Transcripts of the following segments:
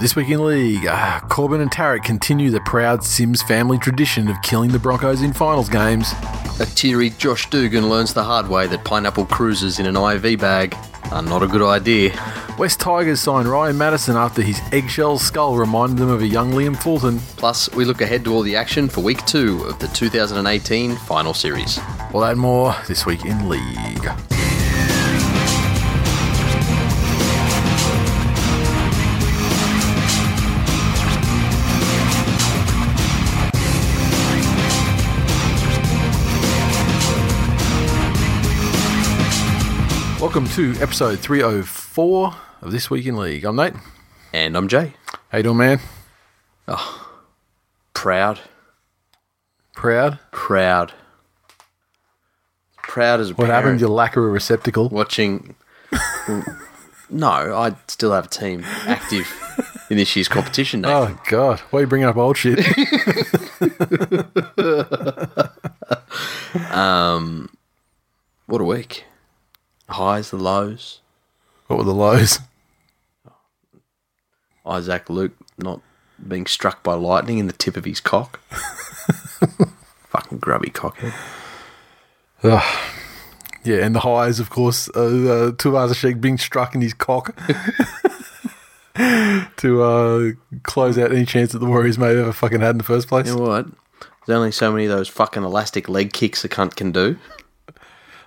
This week in league, ah, Corbin and Tarek continue the proud Sims family tradition of killing the Broncos in finals games. A teary Josh Dugan learns the hard way that pineapple cruises in an IV bag are not a good idea. West Tigers sign Ryan Madison after his eggshell skull reminded them of a young Liam Fulton. Plus, we look ahead to all the action for week two of the 2018 final series. All that and more this week in league. Welcome to episode 304 of This Week in League. I'm Nate. And I'm Jay. How you doing, man? Proud, Proud? proud, proud as a What parent. happened? Your lack of a receptacle? watching. no, I still have a team active in this year's competition. Nate. Oh, God. Why are you bringing up old shit? What a week! Highs, the lows. what were the lows? Isaac Luke not being struck by lightning in the tip of his cock. Fucking grubby cockhead. Yeah, and the highs, of course, uh, uh, Tuivasa Sheikh being struck in his cock to uh, close out any chance that the Warriors may have ever fucking had in the first place. You know what? There's only so many of those fucking elastic leg kicks a cunt can do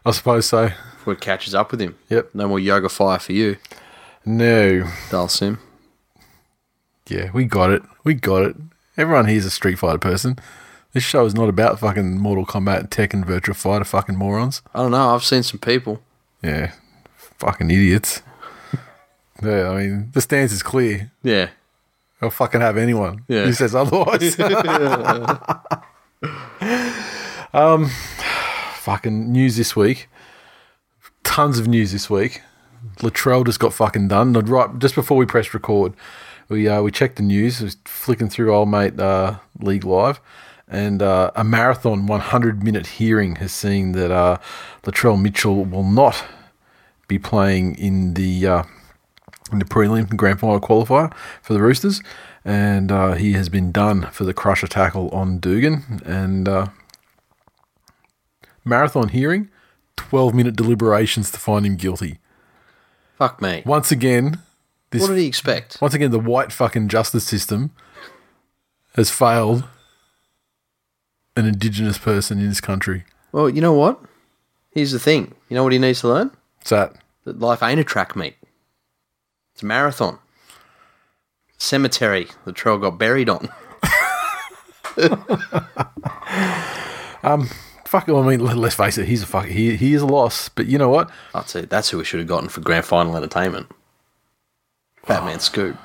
I suppose so. before it catches up with him. Yep. No more yoga fire for you, No. Dalsim. Yeah, we got it. We got it. Everyone here's a Street Fighter person. This show is not about fucking Mortal Kombat, Tekken, Virtua Fighter, fucking morons. I don't know. I've seen some people. Yeah, fucking idiots. yeah, I mean, the stance is clear. Yeah. I'll fucking have anyone Yeah. who says otherwise. um, Um, fucking news this week. Tons of news this week. Latrell just got fucking done. Not Right, just before we pressed record, we uh, we checked the news. I was flicking through old mate uh, League Live, and uh, a marathon 100 minute hearing has seen that uh, Latrell Mitchell will not be playing in the. Uh, in the prelim grand final qualifier for the Roosters, and uh, he has been done for the crusher tackle on Dugan and uh, marathon hearing, twelve minute deliberations to find him guilty. Fuck me. What, Once again, this did he expect? once again the white fucking justice system has failed an Indigenous person in this country. Well, you know what? Here's the thing. You know what he needs to learn? It's that That life ain't a track meet. It's a marathon. Cemetery the trail got buried on. fuck. I mean, let- let's face it, he's a fuck. He he is a loss, but you know what? That's it. That's who we should have gotten for grand final entertainment. Batman Scoop.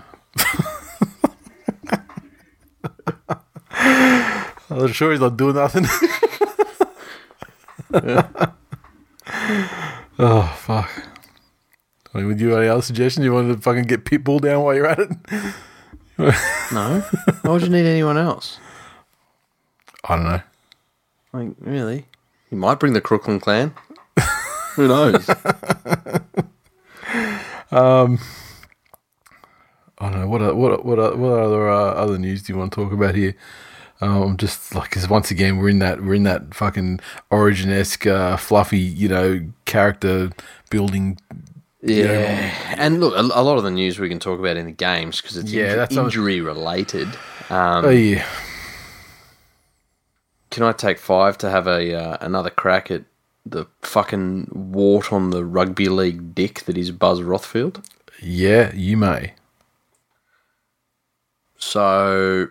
I'm sure he's not doing nothing. oh fuck! I mean, would you have any other suggestion? You wanted to fucking get pitbull down while you're at it? No. Why would you need anyone else? I don't know. Like, really? You might bring the Crooklyn clan. Who knows? I don't know. What o- what o- what o- what other uh, other news do you want to talk about here? Um, just like because once again we're in that we're in that fucking origin esque uh, fluffy you know character building. yeah. And look, a, a lot of the news we can talk about in the games because it's Yeah, inju- that's not- injury related. Um, Oh yeah, can I take five to have a uh, another crack at the fucking wart on the rugby league dick that is Buzz Rothfield? yeah. You may. So,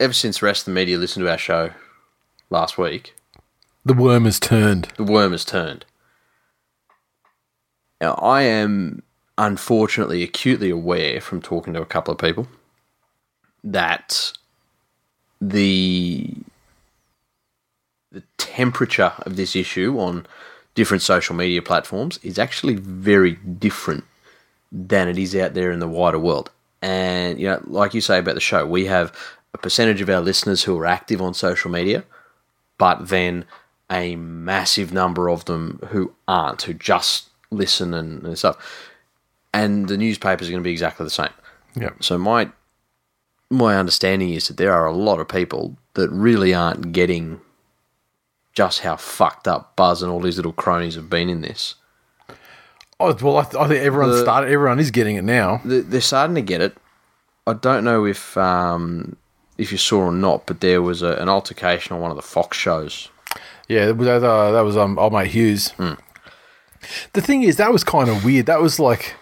ever since the rest of the media listened to our show last week, The worm has turned. the worm has turned. Now, I am unfortunately acutely aware from talking to a couple of people that the the temperature of this issue on different social media platforms is actually very different than it is out there in the wider world. And you know, like you say about the show, we have a percentage of our listeners who are active on social media, but then a massive number of them who aren't, who just listen and, and stuff. And the newspapers are going to be exactly the same. Yeah. So my my understanding is that there are a lot of people that really aren't getting just how fucked up Buzz and all his little cronies have been in this. Oh, well, I, th- I think everyone started. Everyone is getting it now. Th- They're starting to get it. I don't know if um, if you saw or not, but there was a, an altercation on one of the Fox shows. Yeah, that, was- uh, that was um, old mate Hughes. The thing is, that was kind of weird. That was like,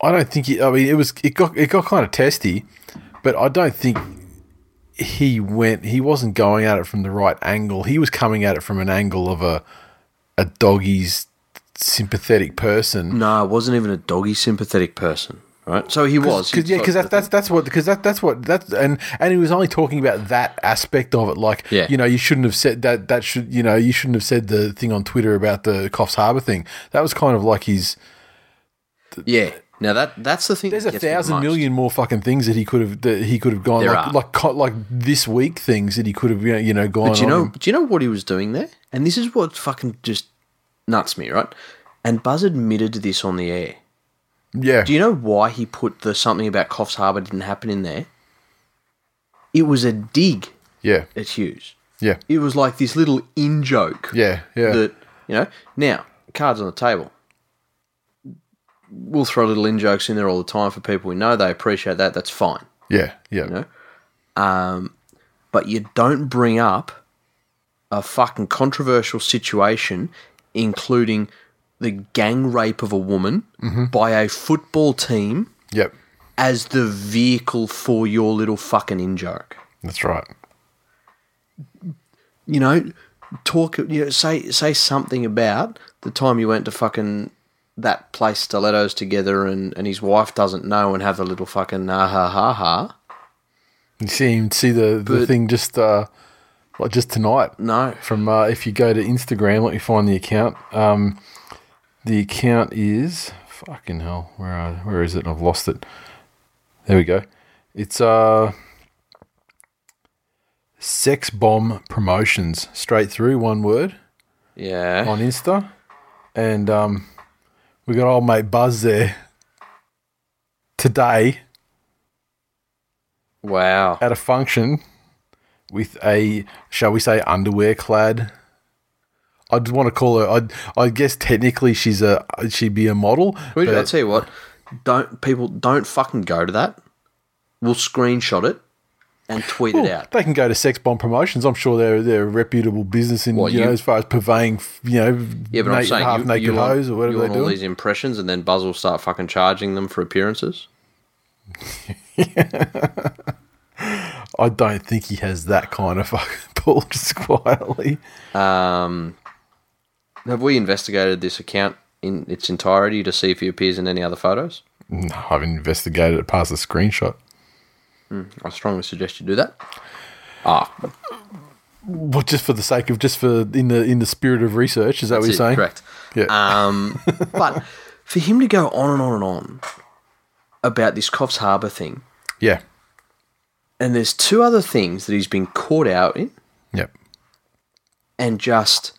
I don't think. He, I mean, it was it got it got kind of testy, but I don't think he went. He wasn't going at it from the right angle. He was coming at it from an angle of a a doggy's sympathetic person. No, it wasn't even a doggy sympathetic person, right? So he was. Cause, yeah, because that's that's that's what because that that's what that's and and he was only talking about that aspect of it. Like, Yeah. you know, you shouldn't have said that. That should you know you shouldn't have said the thing on Twitter about the Coffs Harbour thing. That was kind of like his. yeah. Now that that's the thing. There's that a gets me the thousand most. million more fucking things that he could have that he could have gone There like are. like co- like this week things that he could have you know, you know gone. But you on know, and- do you know what he was doing there? And this is what fucking just nuts me, right? And Buzz admitted to this on the air. yeah, Do you know why he put the something about Coffs Harbour didn't happen in there? It was a dig yeah, at Hughes. yeah, It was like this little in joke. yeah, yeah, That you know. Now, cards on the table. We'll throw little in jokes in there all the time for people we know. They appreciate that. That's fine. yeah, yeah, know? but you don't bring up a fucking controversial situation, including the gang rape of a woman by a football team yep. as the vehicle for your little fucking in joke. That's right. You know, talk. You know, say say something about the time you went to fucking that place stilettos together and, and his wife doesn't know and have a little fucking ah ha ha ha. You see him see the, the But- thing just uh like just tonight. No. From uh, if you go to Instagram, let me find the account. Um the account is fucking hell, where are, where is it? I've lost it. There we go. It's uh Sex Bomb Promotions. Straight through, one word Yeah. on Insta. And um we got old mate Buzz there today Wow. at a function with a shall we say underwear clad I'd want to call her I'd I guess technically she's a she'd be a model Well, I'll but tell you what. Don't people don't fucking go to that. We'll screenshot it and tweet it out. they can go to sex bomb promotions I'm sure they're they're a reputable business in What, you, know you- as far as purveying you know Yeah, but I'm naked- saying half you, naked you want, hoes or whatever you they're want all doing these impressions, and then Buzz will start fucking charging them for appearances. I don't think he has that kind of fucking pull just quietly Um, have we investigated this account in its entirety to see if he appears in any other photos? No, I've investigated it past the screenshot I strongly suggest you do that. Ah, well just for the sake of just for in the in the spirit of research is that what you're that's it, saying correct. yeah Um, but for him to go on and on and on about this Coffs Harbour thing, yeah and there's two other things that he's been caught out in, yep and just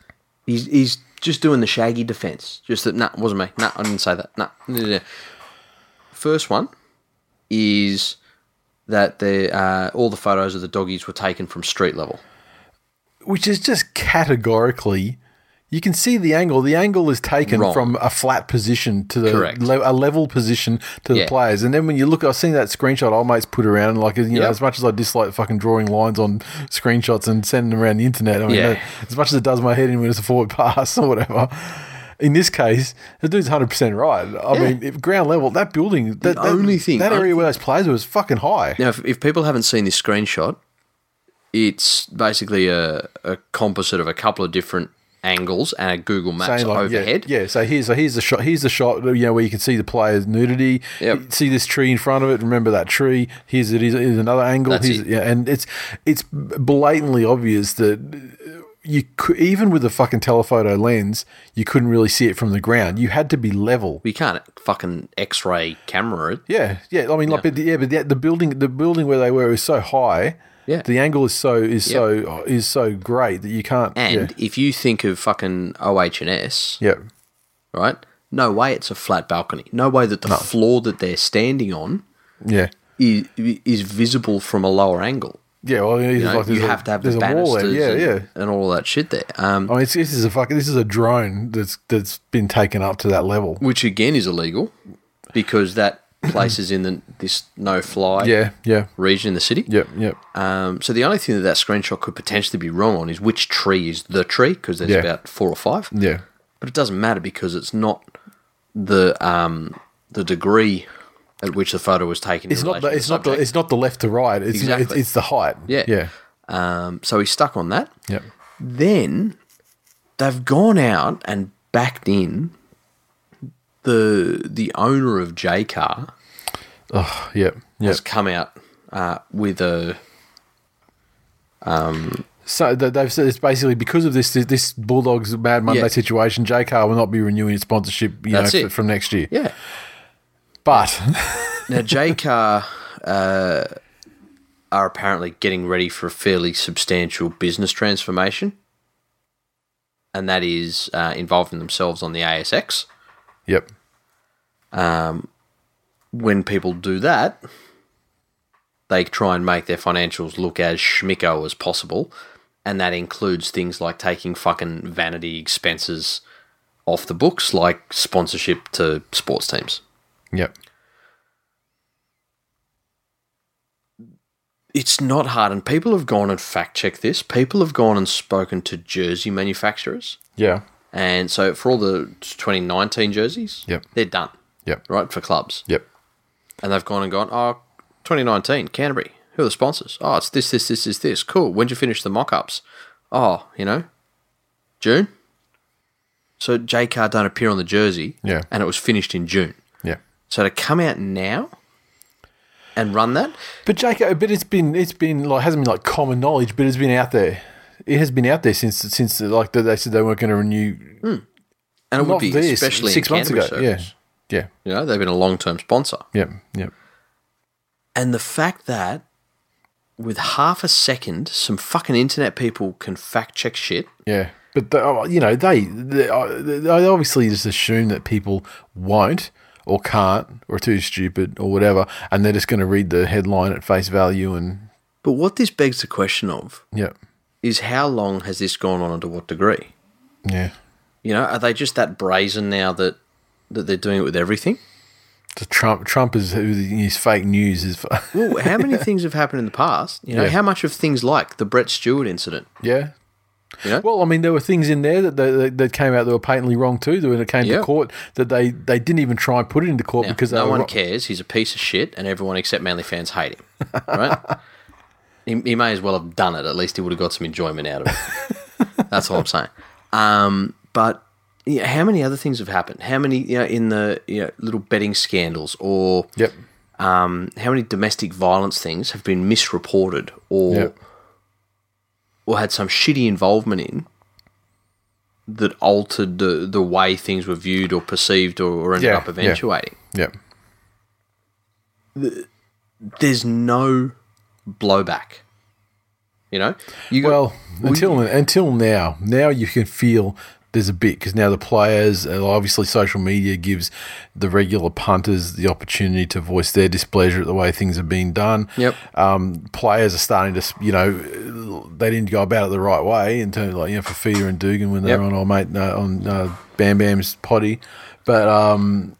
he's he's just doing the shaggy defense. Just that, nah, wasn't me. Nah, I didn't say that. Nah, no, no, no. First one is that the uh, all the photos of the doggies were taken from street level. which is just categorically you can see the angle the angle is taken Wrong. from a flat position to the Correct. le- a level position to the Yeah. players and then when you look i've seen that screenshot all mates put around and like you know Yep. as much as i dislike fucking drawing lines on screenshots and sending them around the internet i mean Yeah. that- as much as it does my head in when it's a forward pass or whatever in this case, the dude's hundred percent right. I Yeah. mean, if ground level, that building, that, that- only thing- that area where those players were was fucking high. Now, if, if people haven't seen this screenshot, it's basically a, a composite of a couple of different angles and a Google Maps Saying, like, overhead. Yeah, yeah, so here's so here's the shot. Here's the shot. You know where you can see the player's nudity. Yep. You See this tree in front of it. Remember that tree. Here's it is here's another angle. That's here's, it. Yeah, and it's it's blatantly obvious that you could, even with a fucking telephoto lens, you couldn't really see it from the ground. You had to be level. We can't fucking X-ray camera it. Yeah, yeah. I mean, like, but the- yeah, but the, the building, the building where they were is so high. Yeah. the angle is so is so is so great that you can't. And if you think of fucking OH&S, yeah, yeah, right? No way it's a flat balcony. No way that the floor that they're standing on yeah. is, is visible from a lower angle. Yeah, well, it's You, know, like there's you a- have to have there's the a wall there. banisters Yeah, yeah. and, and all that shit there. Um, I mean, it's, this is a fucking this is a drone that's that's been taken up to that level. which again is illegal because that place is in the, this no-fly Yeah, yeah, region in the city. yeah, yeah. Um, so the only thing that that screenshot could potentially be wrong on is which tree is the tree because there's Yeah. about four or five. Yeah, But it doesn't matter because it's not the um, the degree at which the photo was taken. it's in not relation the, to the it's not the subject. it's not the left to right. It's it's, Exactly. it's the height. Yeah. yeah, Um, so he's stuck on that. yeah. Then they've gone out and backed in the the owner of J Car Oh, yeah, yeah. has come out uh, with a So th- they've said it's basically because of this this Bulldogs Mad Monday Yeah. situation. J Car will not be renewing its sponsorship. You That's know, it. f- from next year. yeah. But Now, JCar uh, are apparently getting ready for a fairly substantial business transformation, and that is uh, involving themselves on the ASX. yep, Um, When people do that, they try and make their financials look as schmicko as possible, and that includes things like taking fucking vanity expenses off the books, like sponsorship to sports teams. yep, it's not hard. And people have gone and fact checked this. People have gone and spoken to jersey manufacturers. yeah, And so for all the 2019 jerseys, Yep. they're done, yep, right, for clubs. yep, And they've gone and gone, oh, 2019, Canterbury, who are the sponsors? Oh, it's this, this, this, this, this. Cool. When'd you finish the mock ups? Oh, you know, June. So J Car don't appear on the jersey. Yeah. And it was finished in June. yeah. So to come out now and run that, But Jake, uh, but it's been it's been like hasn't been like common knowledge, but it's been out there. It has been out there since since like they said they weren't going to renew. and it would not be this, especially six in months ago. Canterbury circles. Yeah, yeah, You know, they've been a long term sponsor. yeah, yeah, And the fact that with half a second, some fucking internet people can fact check shit. yeah. But the, oh, you know they they, uh, they obviously just assume that people won't or can't or are too stupid or whatever, and they're just going to read the headline at face value and But what this begs the question of yeah, is how long has this gone on and to what degree? yeah. You know, are they just that brazen now that that they're doing it with everything? The Trump Trump is his fake news is Well, how many things have happened in the past? You know, Yeah. how much of things like the Brett Stewart incident? yeah. You know? Well, I mean, there were things in there that that, that came out that were patently wrong too. That when it came Yeah. to court, that they, they didn't even try and put it into court Now, because they no were one ro- cares. He's a piece of shit, and everyone except Manly fans hate him. Right? he, he may as well have done it. At least he would have got some enjoyment out of it. That's all I'm saying. Um, but you know, how many other things have happened? How many you know in the you know, little betting scandals or Yep. um, how many domestic violence things have been misreported or Yep. or had some shitty involvement in that altered the, the way things were viewed or perceived or, or ended Yeah, up yeah. eventuating? Yep. there's no blowback. You know, you got- Well, until until now, now you can feel there's a bit because now the players, and obviously, social media gives the regular punters the opportunity to voice their displeasure at the way things are being done. Yep. Um, players are starting to, you know, they didn't go about it the right way in terms of like you know Fafita and Dugan when they Yep. were on our mate uh, on uh, Bam Bam's potty, but um,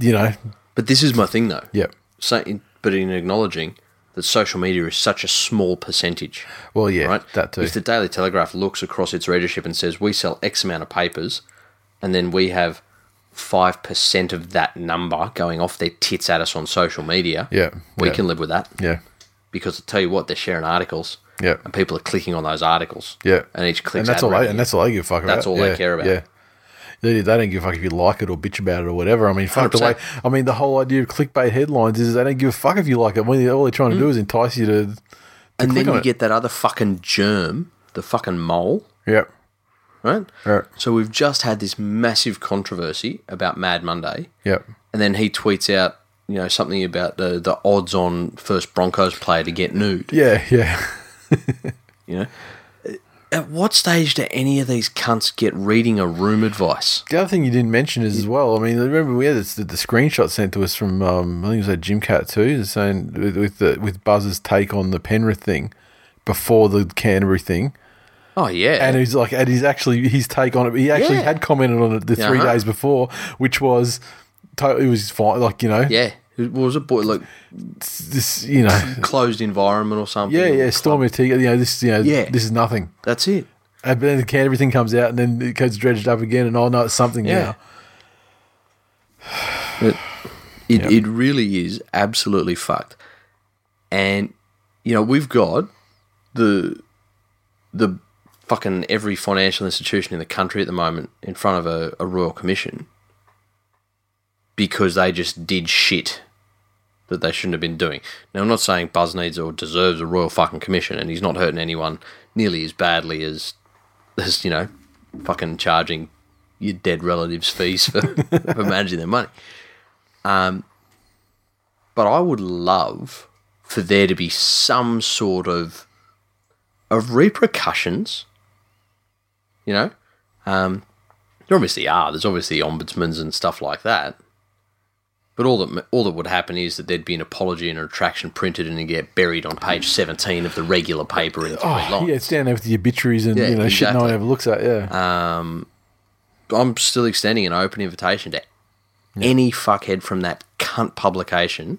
you know, but this is my thing though. yep. So, in, but in acknowledging that social media is such a small percentage, Well, yeah, right? that too. If the Daily Telegraph looks across its readership and says we sell X amount of papers, and then we have five percent of that number going off their tits at us on social media, Yeah, we yeah. can live with that yeah, because I tell you what, they're sharing articles. Yeah. and people are clicking on those articles. Yeah. and each click. and that's all they, and that's all they give a fuck about. That's all they Yeah, care about. Yeah. They, they don't give a fuck if you like it or bitch about it or whatever. I mean, fuck the way. 100%. I mean, the whole idea of clickbait headlines is they don't give a fuck if you like it. When all they're Mm. trying to do is entice you to. and then click on you it. get that other fucking germ, the fucking mole, Yeah. right? Right. So we've just had this massive controversy about Mad Monday, Yeah. and then he tweets out, you know, something about the the odds on first Broncos player to get nude. Yeah. Yeah. You know, Uh, at what stage do any of these cunts get reading a room advice? The other thing you didn't mention is as well. I mean, remember we had this, the, the screenshot sent to us from um, I think it was that Jim Cat too, saying with with, the, with Buzz's take on the Penrith thing before the Canterbury thing, Oh yeah, and he's like, and he's actually his take on it. He actually Yeah. had commented on it the three Uh-huh. days before, which was to- it was fine, like you know, yeah. What was it, boy? Like this you know, closed environment or something. yeah, yeah, Stormy T, you know, this you know, Yeah. this is nothing. That's it. And then the Canterbury thing comes out, and then it gets dredged up again, and oh no, it's something Yeah. now. It it, it really is absolutely fucked. And you know, we've got the the fucking every financial institution in the country at the moment in front of a, a royal commission because they just did shit that they shouldn't have been doing. Now I'm not saying Buzz needs or deserves a royal fucking commission and he's not hurting anyone nearly as badly as as, you know, fucking charging your dead relatives fees for, for managing their money. Um, But I would love for there to be some sort of of repercussions. You know, um, there obviously are. There's obviously ombudsmans and stuff like that. But all that all that would happen is that there'd be an apology and a retraction printed and it get buried on page 17 of the regular paper in three Oh, lines. yeah, it's down there with the obituaries and Yeah, you know shit no one exactly. ever looks at. Yeah, Um, I'm still extending an open invitation to any fuckhead from that cunt publication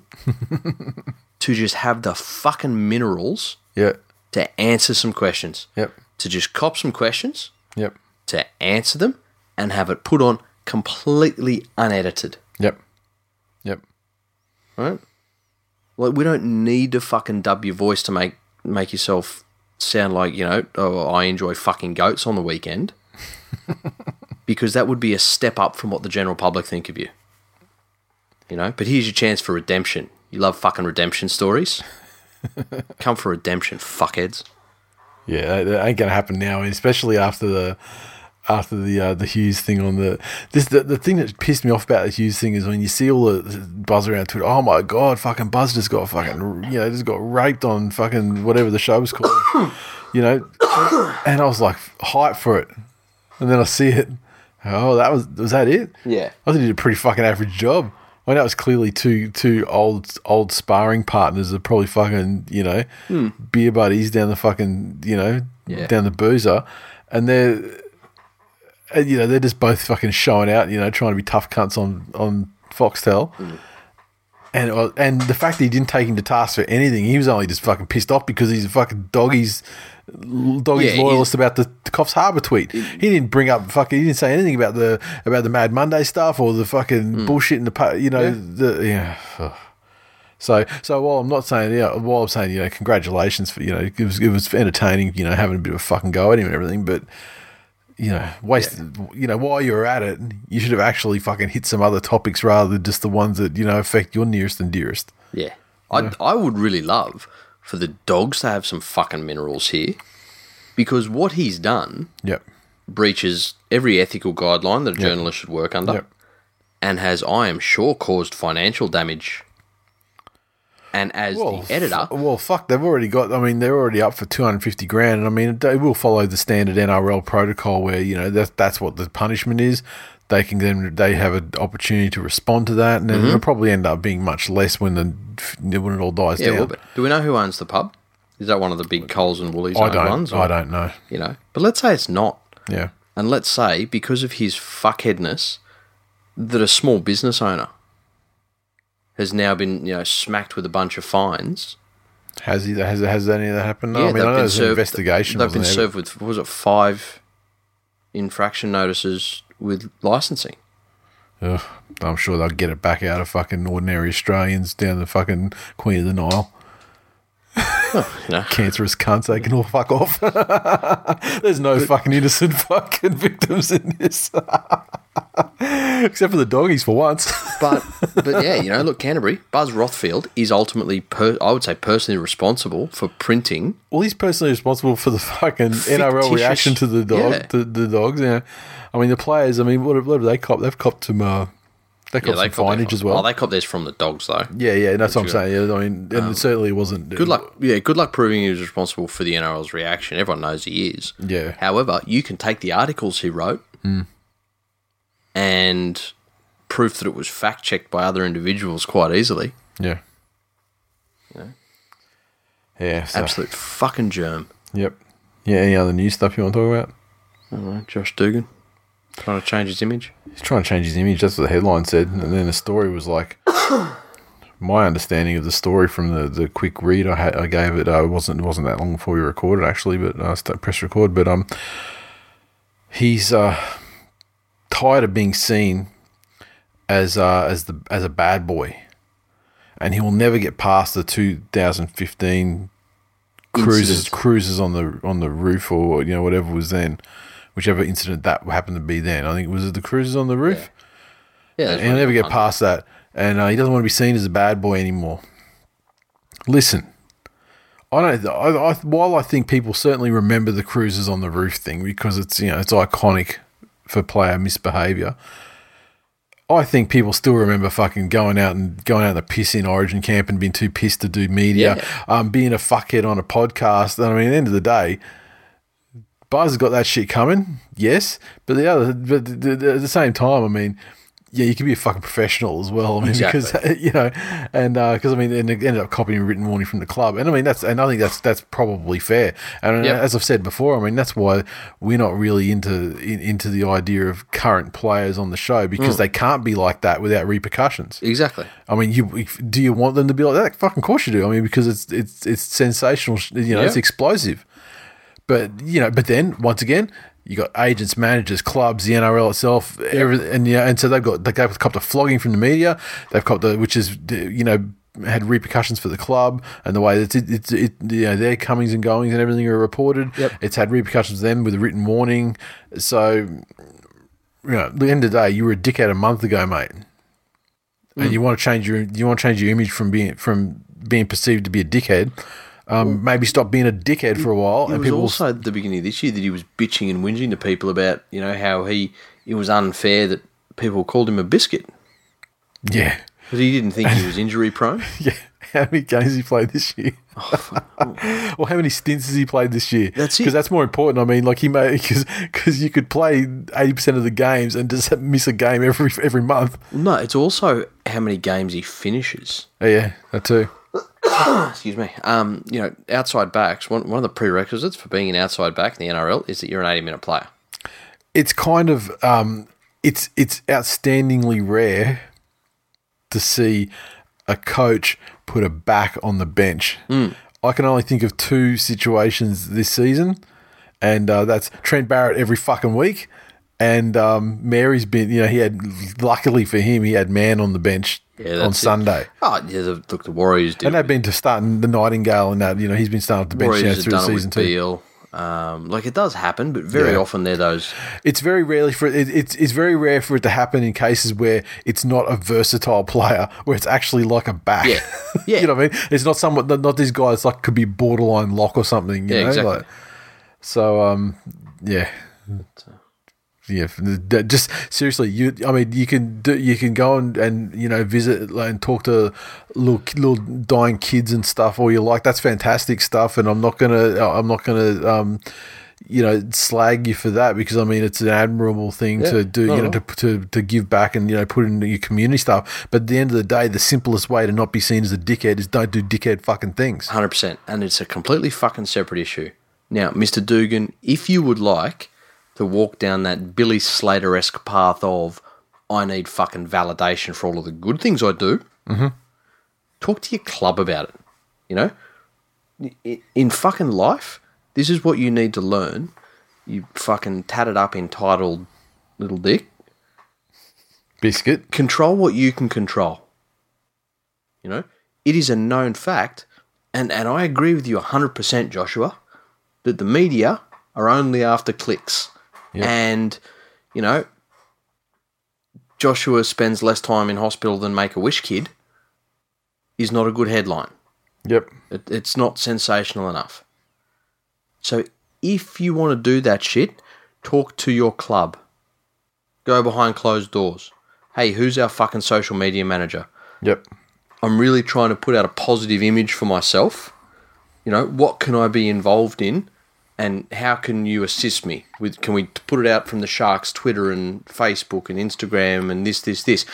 to just have the fucking minerals yeah. to answer some questions. Yep. To just cop some questions, Yep. to answer them, and have it put on completely unedited. Yep. Yep. Right? Like we don't need to fucking dub your voice to make make yourself sound like, you know, oh I enjoy fucking goats on the weekend. because that would be a step up from what the general public think of you. You know? But here's your chance for redemption. You love fucking redemption stories? Come for redemption, fuckheads. Yeah, that, that ain't gonna happen now, and especially after the after the uh, the Hughes thing on the this the, the thing that pissed me off about the Hughes thing is when you see all the buzz around Twitter. Oh my god, fucking Buzz just got fucking you know just got raped on fucking whatever the show was called, you know, and I was like hype for it, and then I see it. Oh, that was was that it? Yeah. I think he did a pretty fucking average job. I know it was clearly two two old old sparring partners that probably fucking you know beer buddies down the fucking you know Hmm. Yeah. down the boozer, and they're and, you know they're just both fucking showing out you know trying to be tough cunts on on Foxtel. And, uh, and the fact that he didn't take him to task for anything, he was only just fucking pissed off because he's a fucking doggies, doggies Yeah, loyalist about the, the Coffs Harbour tweet. He didn't bring up fucking. He didn't say anything about the about the Mad Monday stuff or the fucking bullshit in the pa- you know the Hmm. yeah. ugh. So so while I'm not saying yeah, while I'm saying you know congratulations for you know it was it was entertaining you know having a bit of a fucking go at him and everything, but you know waste you know while you were at it, you should have actually fucking hit some other topics rather than just the ones that you know affect your nearest and dearest. Yeah. I, I would really love for the dogs to have some fucking minerals here because what he's done Yep. breaches every ethical guideline that a journalist should work under Yep. and has, I am sure, caused financial damage. And as Well, the editor, f- well, fuck, they've already got. I mean, they're already up for two hundred fifty grand, and I mean, they will follow the standard NRL protocol where you know that that's what the punishment is. They can then they have an opportunity to respond to that, and Mm-hmm. then it'll probably end up being much less when the when it all dies yeah, down. well, but do we know who owns the pub? Is that one of the big Coles and Woolies I owned don't. ones? I don't know. You know, but let's say it's not. Yeah, And let's say because of his fuckheadness, that a small business owner has now been, you know, smacked with a bunch of fines. has he? Has has any of that happened? No, I mean, I know there's an investigation. They've been wasn't there, served with what was it five infraction notices with licensing. but- Ugh, I'm sure they'll get it back out of fucking ordinary Australians down the fucking Queen of the Nile. No. Cancerous cunts, they can all fuck off. There's no fucking innocent fucking victims in this. Except for the doggies for once. But but yeah, you know, look, Canterbury, Buzz Rothfield is ultimately, per, I would say, personally responsible for printing. well, he's personally responsible for the fucking Fictitious- NRL reaction to the dog, Yeah. the, the dogs. Yeah, I mean the players. I mean, what, have- what have they copped? They've copped some. Uh, they copped some cop their- finage as well. Oh, they cop theirs from the dogs though. yeah, yeah, that's what I'm saying. Yeah, I mean, and it certainly wasn't. uh, Good luck. Yeah, good luck proving he was responsible for the NRL's reaction. Everyone knows he is. Yeah. Hmm. However, you can take the articles he wrote and proof that it was fact checked by other individuals quite easily. Yeah. Yeah. so- Absolute fucking germ. Yep. Yeah. Any other new stuff you want to talk about? Alright, Josh Dugan trying to change his image. He's trying to change his image. That's what the headline said, and then the story was like. My understanding of the story from the, the quick read I, had, I gave it uh, wasn't wasn't that long before we recorded actually, but I uh, press record. But um, he's uh, tired of being seen as uh, as the as a bad boy, and he will never get past the 2015 cruises cruises on the on the roof or you know whatever was then, whichever incident that happened to be then. I think was it the cruises on the roof. Yeah, that's And he'll right. never get past that. And uh, he doesn't want to be seen as a bad boy anymore. Listen, I don't. I, I, while I think people certainly remember the cruises on the roof thing because it's you know it's iconic for player misbehaviour. I think people still remember fucking going out and going out in the piss in Origin camp and being too pissed to do media, Yeah. um, being a fuckhead on a podcast. And I mean, at the end of the day, Buzz has got that shit coming, yes. But the other, but the, the, the- at the same time, I mean, yeah, you can be a fucking professional as well. I mean, because you know, and because I mean, and it ended up copying a written warning from the club, and I mean that's, and I think that's that's probably fair. And Yep. as I've said before, I mean that's why we're not really into in, into the idea of current players on the show because they can't be like that without repercussions. Exactly. I mean, you if- do you want them to be like that? Fucking course you do. I mean, because it's it's it's sensational. sh- You know, it's Yeah. explosive. But you know, but then once again, you got agents, managers, clubs, the NRL itself, everything, and yeah, and so they've got they've copped a flogging from the media. They've copped the which is you know had repercussions for the club and the way that it, it, it you know their comings and goings and everything are reported. Yep. It's had repercussions for them with a written warning. So you know, at the end of the day, you were a dickhead a month ago, mate, and Mm. you want to change your you want to change your image from being from being perceived to be a dickhead. Um, maybe stop being a dickhead for a while, It and was people. will also at the beginning of this year that he was bitching and whinging to people about, you know, how he it was unfair that people called him a biscuit yeah, because he didn't think he was injury prone. yeah. How many games has he played this year? or how many stints has he played this year? Oh, That's it. Because that's more important. I mean, like he may because because you could play eighty percent of the games and just miss a game every every month. No, it's also how many games he finishes. Oh, yeah, that too. Excuse me. Um, you know, outside backs. One one of the prerequisites for being an outside back in the NRL is that you're an 80 minute player. it's kind of um, it's it's outstandingly rare to see a coach put a back on the bench. Mm. I can only think of two situations this season, and uh, that's Trent Barrett every fucking week, and um, Mary's been you know he had luckily for him he had man on the bench Yeah, that's on it. Sunday. Oh, yeah. The, look, the Warriors did. And they've been to starting the Nightingale and that, you know, he's been starting off the bench now Warriors have through the done it season with too. Beal. Um, like it does happen, but very Yeah. often they're those. it's very rarely for it, it's it's very rare for it to happen in cases where it's not a versatile player, where it's actually like a back. Yeah. Yeah. you know what I mean? It's not someone, not, not these guys like could be borderline lock or something. You Yeah, know? exactly. Like, so um, yeah. uh, Yeah, f- th- th- just seriously, you. I mean, you can do, you can go and, and you know visit like, and talk to little ki- little dying kids and stuff all you like. That's fantastic stuff, and I'm not gonna uh, I'm not gonna um, you know slag you for that because I mean it's an admirable thing to do. not You know at to, to to give back and you know put in your community stuff. But at the end of the day, the simplest way to not be seen as a dickhead is don't do dickhead fucking things. Hundred percent, and it's a completely fucking separate issue. Now, Mister Dugan, if you would like to walk down that Billy Slater esque path of I need fucking validation for all of the good things I do, mm-hmm. talk to your club about it. You know, I- in fucking life, this is what you need to learn. You fucking tatted up entitled little dick. Biscuit. Control what you can control. You know, it is a known fact and and I agree with you 100%, Joshua, that the media are only after clicks. Yeah. And you know, Joshua spends less time in hospital than Make a Wish kid is not a good headline. Yep. It, it's not sensational enough. So if you want to do that shit, talk to your club. Go behind closed doors. Hey, who's our fucking social media manager? Yep. I'm really trying to put out a positive image for myself. You know, what can I be involved in and how can you assist me with can we put it out from the Sharks Twitter and Facebook and Instagram and this this this?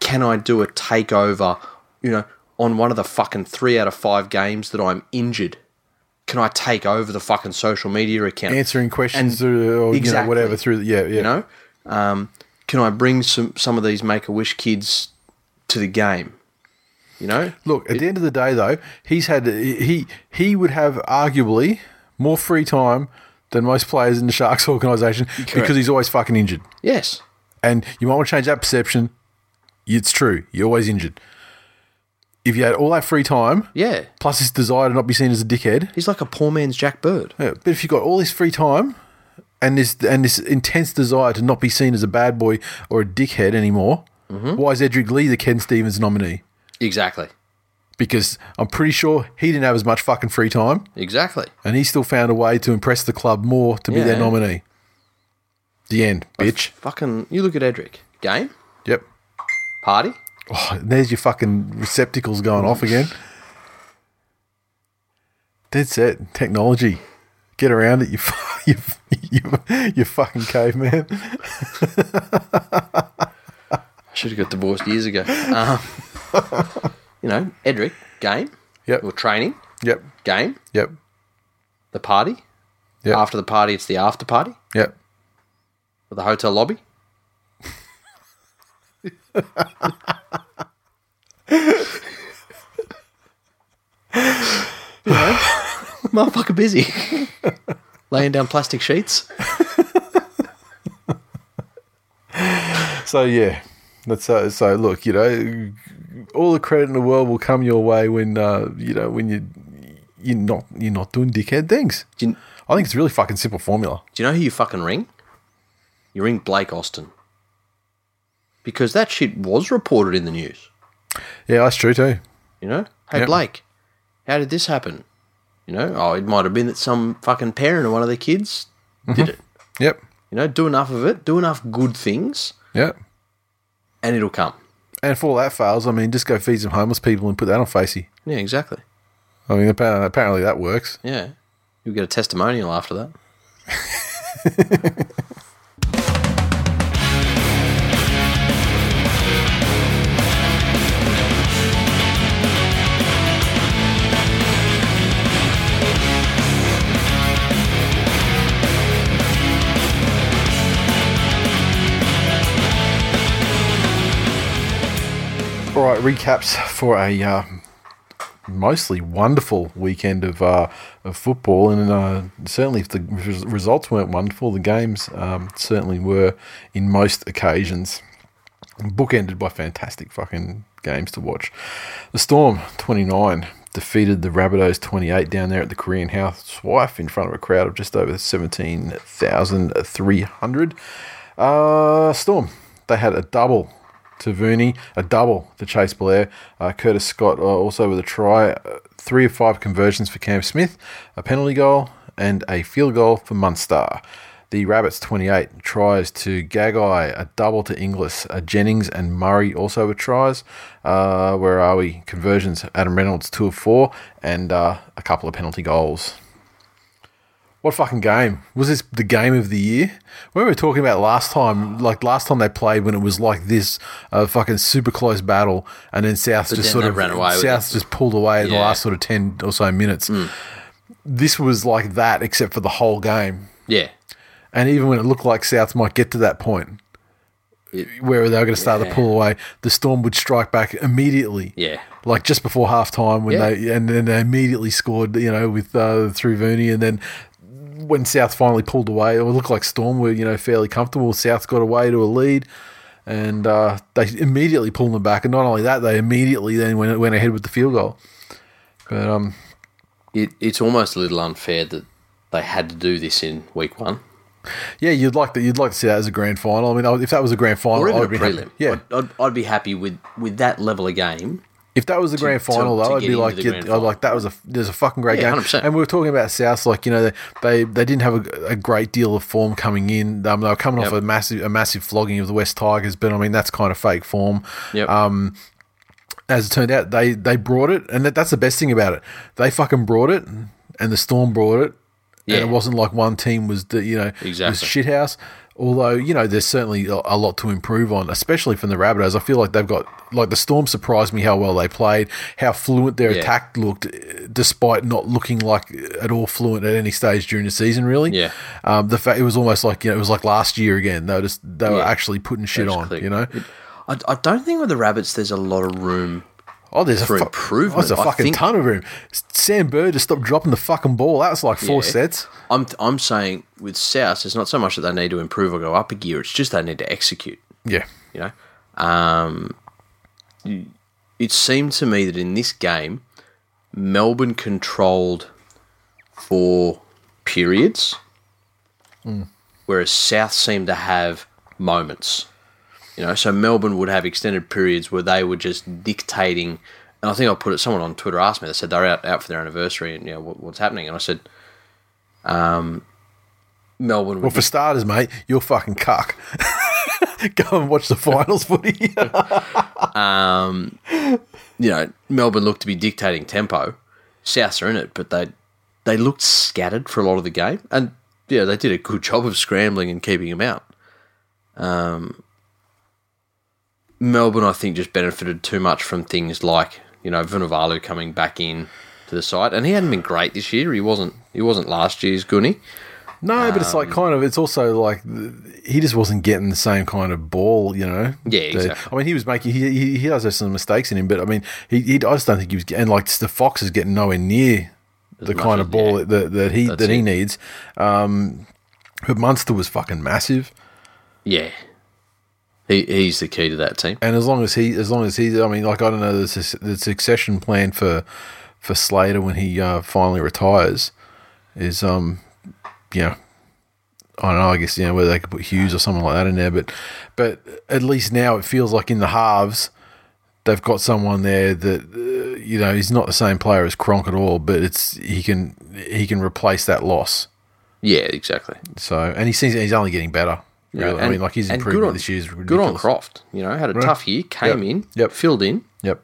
Can I do a takeover, you know, on one of the fucking 3 out of 5 games that I'm injured? Can I take over the fucking social media account? Answering questions And- through, or you know, Exactly. whatever through. The, yeah, yeah. you know um, can i bring some some of these make-a-wish kids to the game you know Look, at the end of the day, though, he's had he he would have arguably more free time than most players in the Sharks organisation because he's always fucking injured. yes And you might want to change that perception. It's true. You're always injured. If you had all that free time, yeah plus his desire to not be seen as a dickhead, he's like a poor man's jack bird yeah, but if you got all this free time and this and this intense desire to not be seen as a bad boy or a dickhead anymore, Mm-hmm. why is Edric Lee the Ken Stevens nominee? exactly Because I'm pretty sure he didn't have as much fucking free time, exactly and he still found a way to impress the club more to be their Yeah. nominee. The end, bitch. fucking you look at edric game Yep. party Oh, there's your fucking receptacles going off again. That's it. Technology. Get around it, you, fu- you, you, you fucking caveman. i should have got divorced years ago um, you know edric game Yep. or training Yep. game Yep. the party Yep. after the party it's the after party Yep. or the hotel lobby You know, motherfucker busy laying down plastic sheets So yeah, that's uh, so. Look, you know, all the credit in the world will come your way when uh, you know when you you're not you're not doing dickhead things. do you, do I think it's a really fucking simple formula. you know who you fucking ring you ring blake austin because that shit was reported in the news Yeah, that's true too. You know, hey Yep. Blake, how did this happen? You know, oh, it might have been that some fucking parent or one of their kids did it. Yep. You know, do enough of it, do enough good things, Yep. and it'll come. And if all that fails, I mean, just go feed some homeless people and put that on Facey. Yeah, exactly. I mean, apparently, apparently that works. Yeah, you'll get a testimonial after that. All right, recaps for a uh, mostly wonderful weekend of, uh, of football, and uh, certainly if the res- results weren't wonderful, the games um, certainly were in most occasions. Bookended by fantastic fucking games to watch. The Storm 29 defeated the Rabbitohs 28 down there at the Korean Housewife in front of a crowd of just over 17,300. Uh, Storm, they had a double to Vooney, a double to Chase Blair. Uh, Curtis Scott uh, also with a try, uh, three of five conversions for Cam Smith, a penalty goal, and a field goal for Munster. The Rabbits 28 tries to Gagai, a double to Inglis, uh, Jennings and Murray also with tries. Uh, where are we? Conversions, Adam Reynolds, two of four, and uh, a couple of penalty goals. What fucking game was this? The game of the year? We were talking about last time, like last time they played when it was like this, a fucking super close battle, and then South just then sort they of ran away with South just pulled away in the Yeah. Hmm. last sort of ten or so minutes. This was like that, except for the whole game, Yeah, and even when it looked like South might get to that point where they were going to start to pull away, the Storm would strike back immediately. Yeah. Like just before half time when Yeah. they and then they immediately scored, you know, with uh, through Vooney and then when South finally pulled away, it looked like Storm were, you know, fairly comfortable. South got away to a lead and uh, they immediately pulled them back. And not only that, they immediately then went, went ahead with the field goal. But um, it, it's almost a little unfair that they had to do this in week one Yeah, you'd like that. You'd like to see that as a grand final. I mean, I would- if that was a grand final, or even I'd a be prelim. Happy. Yeah, I'd, I'd, I'd be happy with, with that level of game. If that was the grand to- final, to though, I'd get be into like, the yeah, grand I'd like that was a there's a fucking great Yeah, game. 100%. And we were talking about South, like you know, they they didn't have a, a great deal of form coming in. Um, they were coming off Yep. a massive a massive flogging of the West Tigers, but I mean that's kind of fake form. Yep. Um, as it turned out, they they brought it, and that, that's the best thing about it. They fucking brought it, and the Storm brought it, Yeah. and it wasn't like one team was the you know was Exactly. shithouse. Although you know, there's certainly a, a lot to improve on, especially from the Rabbitohs. I feel like they've got like the Storm surprised me how well they played, how fluent their Yeah. attack looked, eh, despite not looking like at all fluent at any stage during the season. Really, Yeah. Um, the fact it was almost like you know it was like last year again. They were just they were Yeah. actually putting shit just on. click. You know, I, I don't think with the Rabbits there's a lot of room. Oh, there's for a fu- improvement. There's a I fucking think- ton of room. Sam Bird just stopped dropping the fucking ball. That was like four Yeah. sets. I'm I'm saying with South, it's not so much that they need to improve or go up a gear. It's just they need to execute. Yeah, You know, um, it seemed to me that in this game, Melbourne controlled for periods, whereas South seemed to have moments. You know, so Melbourne would have extended periods where they were just dictating. And I think I put it. Someone on Twitter asked me. They said they're out, out for their anniversary, and you know what, what's happening. And I said, um, Melbourne. Well, Would for starters, mate, you're fucking cuck. Go and watch the finals footy. you know, Melbourne looked to be dictating tempo. Souths are in it, but they they looked scattered for a lot of the game, and yeah, they did a good job of scrambling and keeping them out. Um, Melbourne, I think, just benefited too much from things like you know Vunivalu coming back in to the side, and he hadn't been great this year. He wasn't. He wasn't last year's Goonie. no, but it's like Um, kind of. It's also like th- he just wasn't getting the same kind of ball. You know. Yeah, that- exactly. I mean, he was making. He, he, he does have some mistakes in him, but I mean, he, he I just don't think he was. And like the Fox is getting nowhere near the much kind as- of ball yeah. that, that he That's that he it. needs. Um, but Munster was fucking massive. Yeah, he, he's the key to that team. And as long as he, as long as he, I mean, like I don't know the, su- the succession plan for for Slater when he uh, finally retires is, um, you know, I don't know. I guess you know whether they could put Hughes or someone like that in there, but but at least now it feels like in the halves they've got someone there that uh, you know he's not the same player as Cronk at all, but it's he can he can replace that loss. Yeah, exactly. So and he seems he's only getting better. Yeah, Really, I and- mean, like his and improvement good on, this year is Good on ridiculous. Croft. You know, had a tough year, came Yep. in, Yep. filled in, Yep.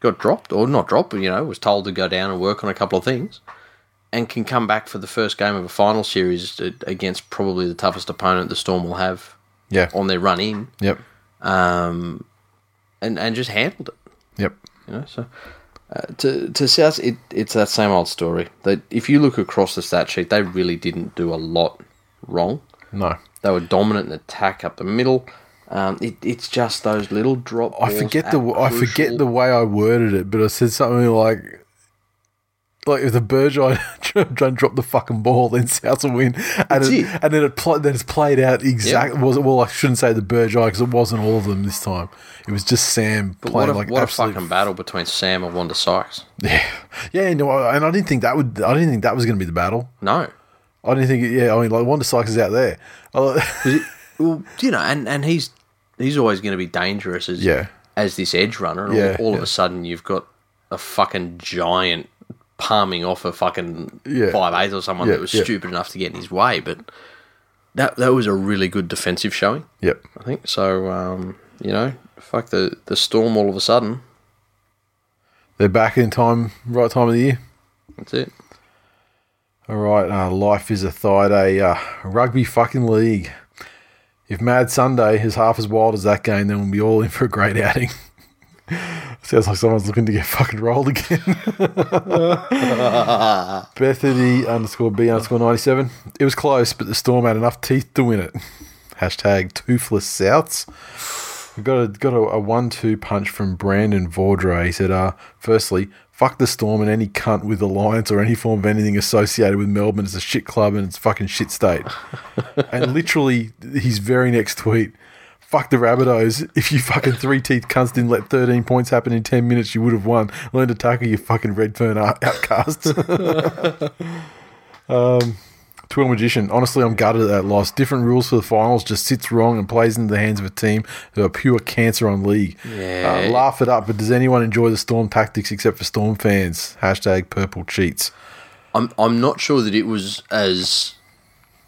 got dropped, or not dropped, but, you know, was told to go down and work on a couple of things, and can come back for the first game of a final series a- against probably the toughest opponent the Storm will have Yeah. on their run in, Yep. um, and, and just handled it. Yep. You know, so uh, to to South, it, it's that same old story. That if you look across the stat sheet, they really didn't do a lot wrong. No. They were dominant in attack up the middle. Um, it, it's just those little drop. I balls forget at the I forget crucial- the way I worded it, but I said something like, "Like if the Bergeye don't drop the fucking ball, then South will win." And That's it, it. and then it pl- then it's played out exactly. Was well, I shouldn't say the Bergeye because it wasn't all of them this time. It was just Sam But playing what a, like what a absolute fucking battle between Sam and Wanda Sykes. yeah, yeah. No, I- and I didn't think that would. I didn't think that was going to be the battle. No, I didn't think. Yeah, I mean, like Wanda Sykes is out there. I- well, you know, and, and he's he's always going to be dangerous as Yeah. as this edge runner. And Yeah, all, all of yeah. a sudden, you've got a fucking giant palming off a fucking Yeah. five eight or someone Yeah, that was yeah. stupid enough to get in his way. But that that was a really good defensive showing. yep. I think so. Um, you know, fuck the the storm. All of a sudden, They're back in time, right time of the year. that's it. All right, uh, life is a thigh day uh, rugby fucking league. If Mad Sunday is half as wild as that game, then we'll be all in for a great outing. Sounds like someone's looking to get fucking rolled again. Bethany underscore B underscore 97. It was close, but the Storm had enough teeth to win it. Hashtag toothless Souths. We got a, got a, a one two punch from Brandon Vaudrey. He said, uh, firstly, fuck the Storm and any cunt with Alliance or any form of anything associated with Melbourne. It's a shit club and it's fucking shit state. and literally, his very next tweet, Fuck the Rabbitohs. If you fucking three teeth cunts didn't let 13 points happen in 10 minutes, you would have won. Learn to tackle you fucking red fern out- outcasts. um, Twill Magician. Honestly, I'm gutted at that loss. Different rules for the finals just sits wrong and plays into the hands of a team who are pure cancer on league. Yeah. Uh, laugh it up, but does anyone enjoy the Storm tactics except for Storm fans? Hashtag purple cheats. I'm I'm not sure that it was as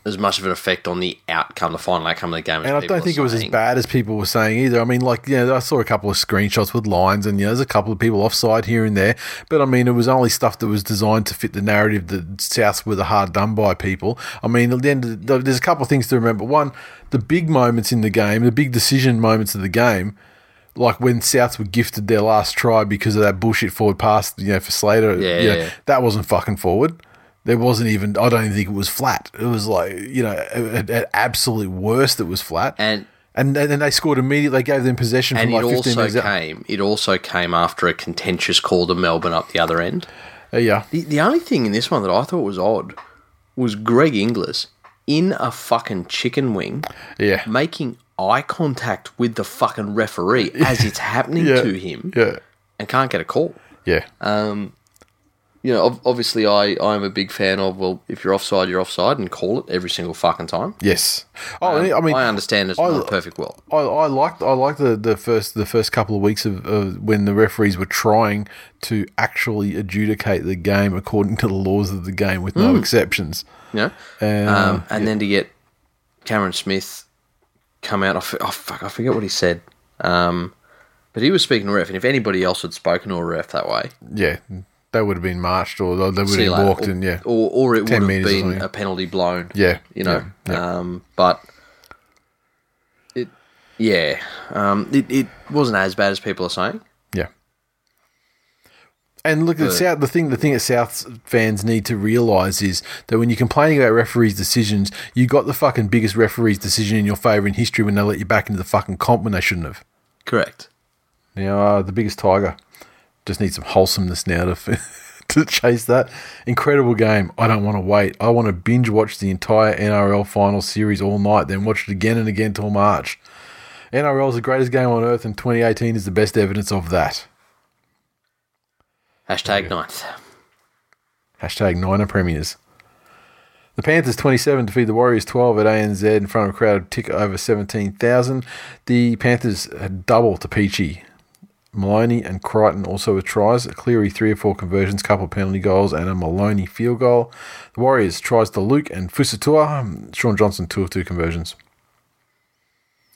as much of an effect on the outcome, the final outcome of the game. As And I people don't are think it was as saying. bad as people were saying either. I mean, like, yeah, I saw a couple of screenshots with lines, and you know, there's a couple of people offside here and there. But I mean, it was only stuff that was designed to fit the narrative that South were the hard done by people. I mean, at the end, of the, there's a couple of things to remember. One, the big moments in the game, the big decision moments of the game, like when Souths were gifted their last try because of that bullshit forward pass, you know, for Slater. Yeah, you know, yeah. that wasn't fucking forward. There wasn't even. I don't even think it was flat. It was like you know, at, at absolute worst, it was flat. And- and and then they scored immediately. They gave them possession And from it like fifteen also minutes. out. came. It also came after a contentious call to Melbourne up the other end. Uh, yeah, The, the only thing in this one that I thought was odd was Greg Inglis in a fucking chicken wing yeah, making eye contact with the fucking referee as it's happening yeah, to him Yeah, and can't get a call. yeah. Um, You know, ob- obviously, I, I'm a big fan of, well, if you're offside, you're offside and call it every single fucking time. yes. Oh, I mean- I mean, um, I understand it's I- not perfect world. I, I liked I liked the, the first the first couple of weeks of, of when the referees were trying to actually adjudicate the game according to the laws of the game with no exceptions. You know? And, Hmm. um, and then to get Cameron Smith come out, I, f- oh, fuck, I forget what he said. Um, but he was speaking to a ref, and if anybody else had spoken to a ref that way, yeah, they would have been marched or they would see you have later. walked or, and yeah, or, or it would 10 have metres or been something. a penalty blown. Yeah, you know. yeah, Um, but it, yeah, um, it, it wasn't as bad as people are saying. yeah. And look, at South, the thing the thing that South fans need to realise is that when you're complaining about referees' decisions, you got the fucking biggest referees' decision in your favour in history when they let you back into the fucking comp when they shouldn't have. Correct. Now, uh, the biggest tiger just needs some wholesomeness now to to chase that incredible game. I don't want to wait. I want to binge watch the entire NRL final series all night, then watch it again and again till March. NRL is the greatest game on earth, and 2018 is the best evidence of that. Hashtag ninth. Hashtag Niner Premiers. The Panthers 27 defeat the Warriors 12 at ANZ in front of a crowd tick over 17,000. The Panthers had double to Peachy. Maloney and Crichton also with tries. Cleary three or four conversions, couple of penalty goals, and a Maloney field goal. The Warriors tries to Luke and Fusatua. Sean Johnson two of two conversions.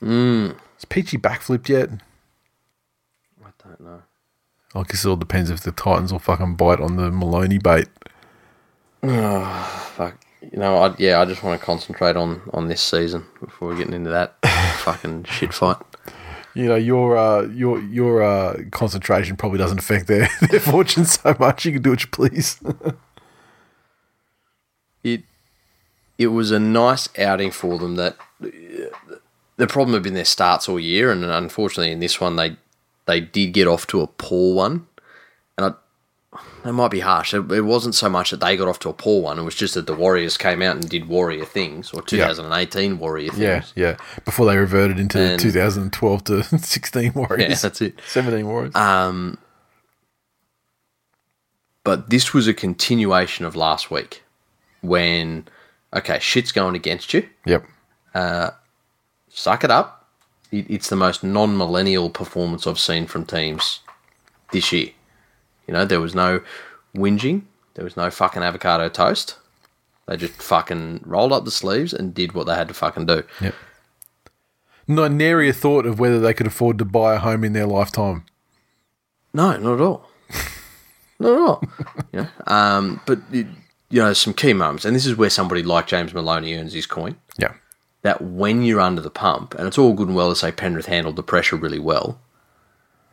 Is Peachy backflipped yet? Oh, I don't know. I guess it all depends if the Titans will fucking bite on the Maloney bait. Fuck. You know, I, yeah, I just want to concentrate on on this season before we're getting into that fucking shit fight. you know your uh, your your uh, concentration probably doesn't affect their, their fortune so much. You can do what you please. it it was a nice outing for them. That the problem had been their starts all year, and unfortunately in this one they they did get off to a poor one, and I, that might be harsh. It, it wasn't so much that they got off to a poor one; it was just that the Warriors came out and did Warrior things, or 2018 Warrior things. yeah, yeah. Before they reverted into And- 2012 to 16 yeah, Warriors, that's it. Uh, 17 Warriors. Um, but this was a continuation of last week when okay, shit's going against you. yep. suck it up. It, it's the most non millennial performance I've seen from teams this year. You know, there was no whinging, there was no fucking avocado toast. They just fucking rolled up the sleeves and did what they had to fucking do. Yep. Not nary a thought of whether they could afford to buy a home in their lifetime. No, not at all. not at all. You know, um, but it, you know, some key moments, and this is where somebody like James Maloney earns his coin. Yeah. that when you're under the pump, and it's all good and well to say Penrith handled the pressure really well,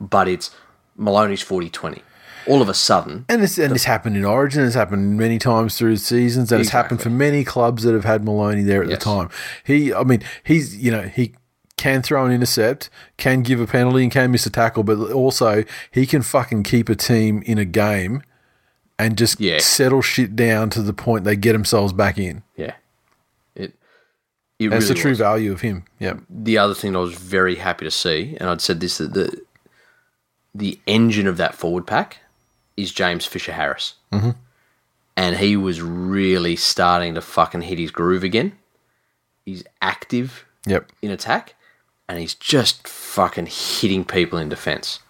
but it's Maloney's 40 20. All of a sudden, And this and this happened in Origin. It's happened many times through the seasons, and it's happened for Exactly. many clubs that have had Maloney there at Yes. the time. He, I mean, he's you know he can throw an intercept, can give a penalty, and can miss a tackle, but also he can fucking keep a team in a game and just Yeah. settle shit down to the point they get themselves back in. yeah, it It That's the really true was. value of him. Yep. the other thing I was very happy to see, and I'd said this that the the engine of that forward pack is James Fisher Harris, mm-hmm. and he was really starting to fucking hit his groove again. He's active Yep. in attack, and he's just fucking hitting people in defence.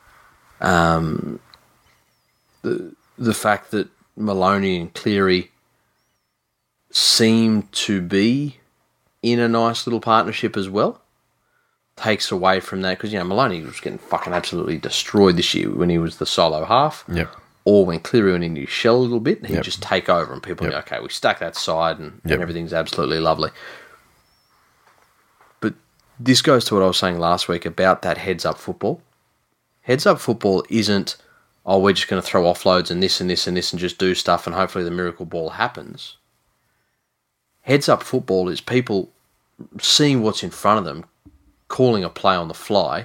Um, the the fact that Maloney and Cleary seem to be in a nice little partnership as well takes away from that because you know Maloney was getting fucking absolutely destroyed this year when he was the solo half. Yep. Or when Cleary went into his shell a little bit, he'd Yep. just take over and people go, okay, we stack that side and, Yep. and everything's absolutely lovely. But this goes to what I was saying last week about that heads up football. Heads up football isn't, oh, we're just going to throw offloads and this and this and this and just do stuff and hopefully the miracle ball happens. Heads up football is people seeing what's in front of them, calling a play on the fly,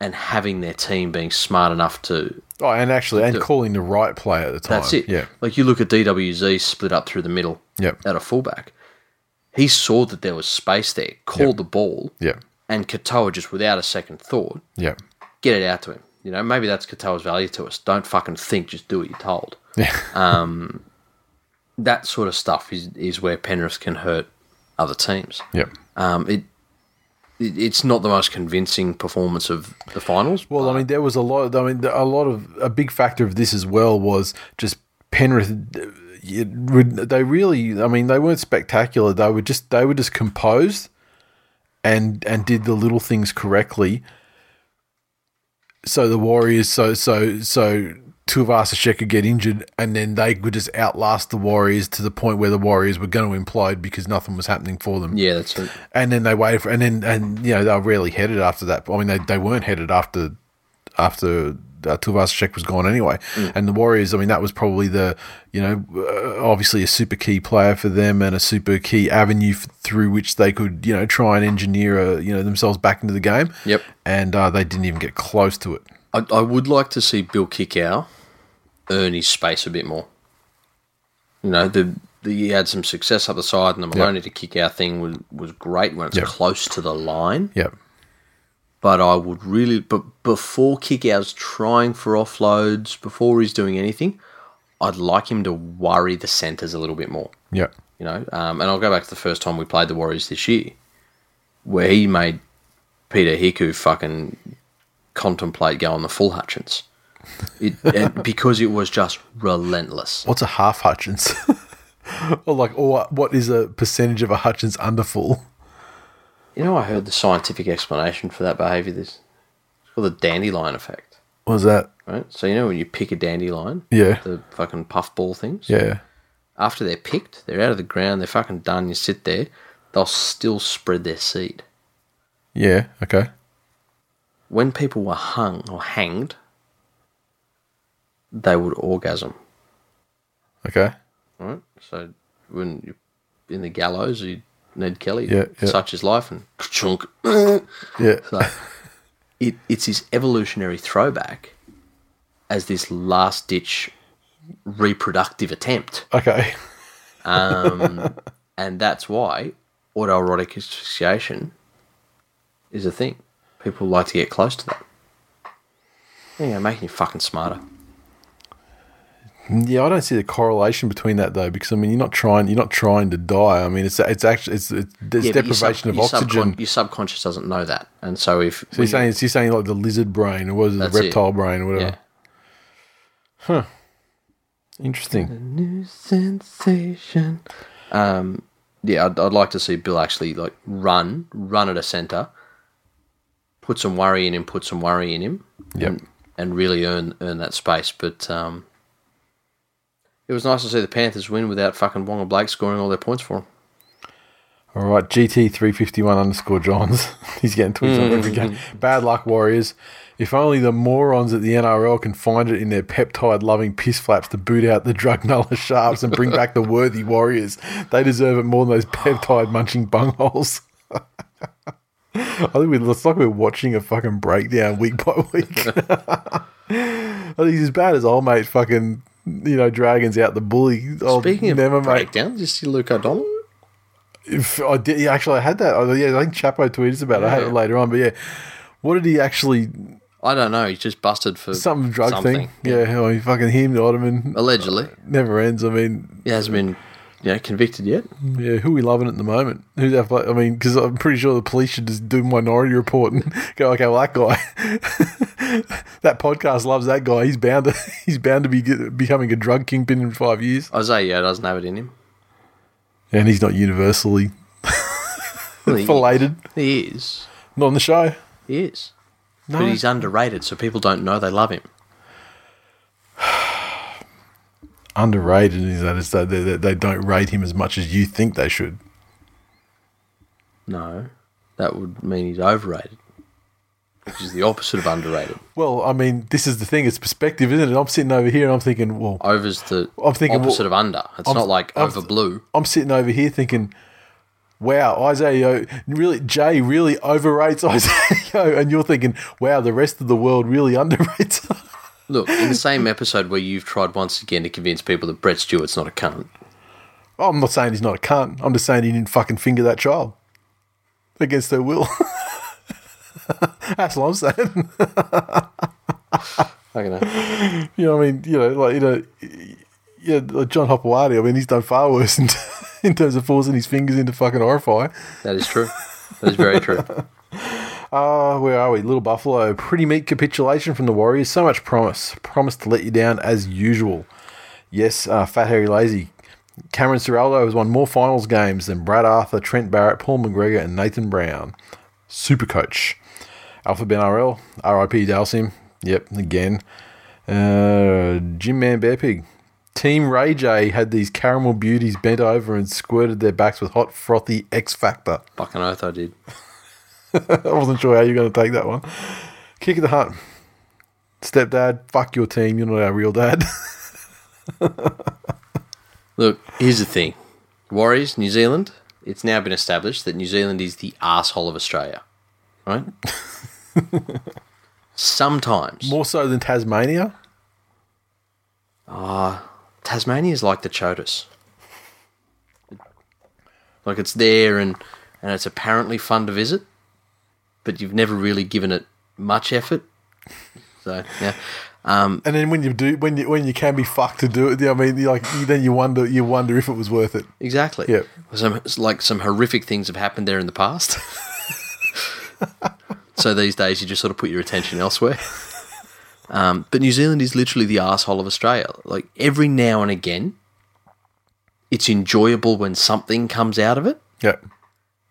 and having their team being smart enough to. Oh, and actually, and calling the right play at the time. That's it. Yeah. Like you look at DWZ split up through the middle Yep. at a fullback. He saw that there was space there, called Yep. the ball, Yep. and Katoa just without a second thought, Yep. get it out to him. You know, maybe that's Katoa's value to us. Don't fucking think, just do what you're told. Um, Yeah. That sort of stuff is, is where Penrith can hurt other teams. Yep. Um, it, it it's not the most convincing performance of the finals. Well, I mean, there was a lot. I mean, the- a lot of a big factor of this as well was just Penrith. It, would- they really, I mean, they weren't spectacular. They were just they were just composed, and and did the little things correctly. So the Warriors, so so so. Tuivasa-Sheck could get injured, and then they could just outlast the Warriors to the point where the Warriors were going to implode because nothing was happening for them yeah, that's it. and then they waited for, and then and you know they were really headed after that. I mean, they, they weren't headed after after uh, Tuivasa-Sheck was gone anyway. And the Warriors, I mean, that was probably the you know uh, obviously a super key player for them and a super key avenue f- through which they could you know try and engineer uh, you know themselves back into the game. Yep. And uh, they didn't even get close to it. I, I would like to see Bill Kickow earn his space a bit more. You know, the, the he had some success up the side, and the Maloney to kick out thing was, was great when it's Yep. close to the line. Yep. But I would really, but before Kickout's trying for offloads, before he's doing anything, I'd like him to worry the centres a little bit more. Yep. You know, um, and I'll go back to the first time we played the Warriors this year, where he made Peter Hiku fucking contemplate going the full Hutchins, it, and because it was just relentless. What's a half Hutchins? or like, or what is a percentage of a Hutchins under full? You know, I heard the scientific explanation for that behaviour. This it's called the dandelion effect, What was that? right? So you know when you pick a dandelion, Yeah. the fucking puffball things. Yeah. After they're picked, they're out of the ground, they're fucking done. You sit there, they'll still spread their seed. Yeah. Okay. when people were hung or hanged, they would orgasm. Okay. Right? So when you in the gallows, you Ned Kelly, Yeah, yeah. such is life, and chunk. Yeah. It, it's his evolutionary throwback as this last ditch reproductive attempt, Okay. and that's why autoerotic asphyxiation is a thing. People like to get close to that. There you go, making you fucking smarter. Yeah, I don't see the correlation between that though, because I mean, you're not trying, you're not trying to die. I mean, it's it's actually it's, it's there's Yeah, but your sub- deprivation of your oxygen. subcon- your subconscious doesn't know that, and so if so you're saying uh, you're saying like the lizard brain or was it the That's it. reptile brain or yeah, whatever? Interesting. sensation. Um, yeah, I'd, I'd like to see Bill actually like run, run at a centre, put some worry in him, put some worry in him, Yep. and, and really earn earn that space. But um, it was nice to see the Panthers win without fucking Wong and Blake scoring all their points for them. All right, GT three fifty one underscore Johns. He's getting tweets on every game. Mm. Bad luck, Warriors. If only the morons at the NRL can find it in their peptide loving piss flaps to boot out the drug nuller sharps and bring back the worthy Warriors. They deserve it more than those peptide munching bungholes. I think we looks like we're watching a fucking breakdown week by week. I think he's as bad as old mate fucking you know, dragons out the bully. Oh, Speaking of never, mate. breakdown, did you see Luke O'Donnell? If I did, yeah, actually, I had that. Oh, yeah, I think Chapo tweeted us about it. I had it later on, but yeah, what did he actually? I don't know. He's just busted for Some drug thing. Yeah, how he fucking him, the Ottoman. Allegedly, Never ends. I mean, he hasn't been you know, convicted yet. yeah, who we loving at the moment? Who's our, pla- I mean, because I'm pretty sure the police should just do minority report and go, okay, well that guy, that podcast loves that guy. He's bound to, he's bound to be get- becoming a drug kingpin in five years, Isaiah Yeo doesn't have it in him. and he's not universally Well, he- filleted. He is. Not on the show. He is. But he's underrated, so people don't know they love him. underrated is that is that they, they- they don't rate him as much as you think they should. No, that would mean he's overrated, which is the opposite of underrated. Well, I mean, this is the thing. It's perspective, isn't it? I'm sitting over here and I'm thinking, well, Over's the I'm thinking, well, opposite of under. It's I'm- not like I'm- over blue. I'm sitting over here thinking, wow, Isaiah Yo- really Jay really overrates Isaiah, Yo, and you're thinking, wow, the rest of the world really underrates. her. Look, in the same episode where you've tried once again to convince people that Brett Stewart's not a cunt, I'm not saying he's not a cunt. I'm just saying he didn't fucking finger that child against their will. That's what I'm saying. I don't know. You know, what I mean, you know, like you know, yeah, like John Hopewadi. I mean, he's done far worse in, in terms of forcing his fingers into fucking horrify. That is true. That is very true. Uh, where are we? Little Buffalo, pretty meek capitulation from the Warriors. So much promise, promise to let you down as usual. Yes, uh, Fat Harry Lazy. Cameron Ciraldo has won more finals games than Brad Arthur, Trent Barrett, Paul McGregor, and Nathan Brown. Super coach. Alpha Ben RL, RIP Dalsim. Yep, again. Uh, Jim Man Bear Pig. Team Ray J had these caramel beauties bent over and squirted their backs with hot, frothy X Factor. Fucking oath I did. I wasn't sure how you were going to take that one. Kick of the hut. Stepdad, fuck your team. You're not our real dad. Look, here's the thing. Warriors, New Zealand, it's now been established that New Zealand is the asshole of Australia. Right? Sometimes. More so than Tasmania. Tasmania is like the Chotis. Like it's there and and it's apparently fun to visit, but you've never really given it much effort. So yeah, um, And then when you do, when you when you can be fucked to do it, you know what I mean, you like you- then you wonder, you wonder if it was worth it. exactly. Yep. Some it's like some horrific things have happened there in the past. so these days you just sort of put your attention elsewhere. Um, but New Zealand is literally the asshole of Australia. Like every now and again, it's enjoyable when something comes out of it. Yeah.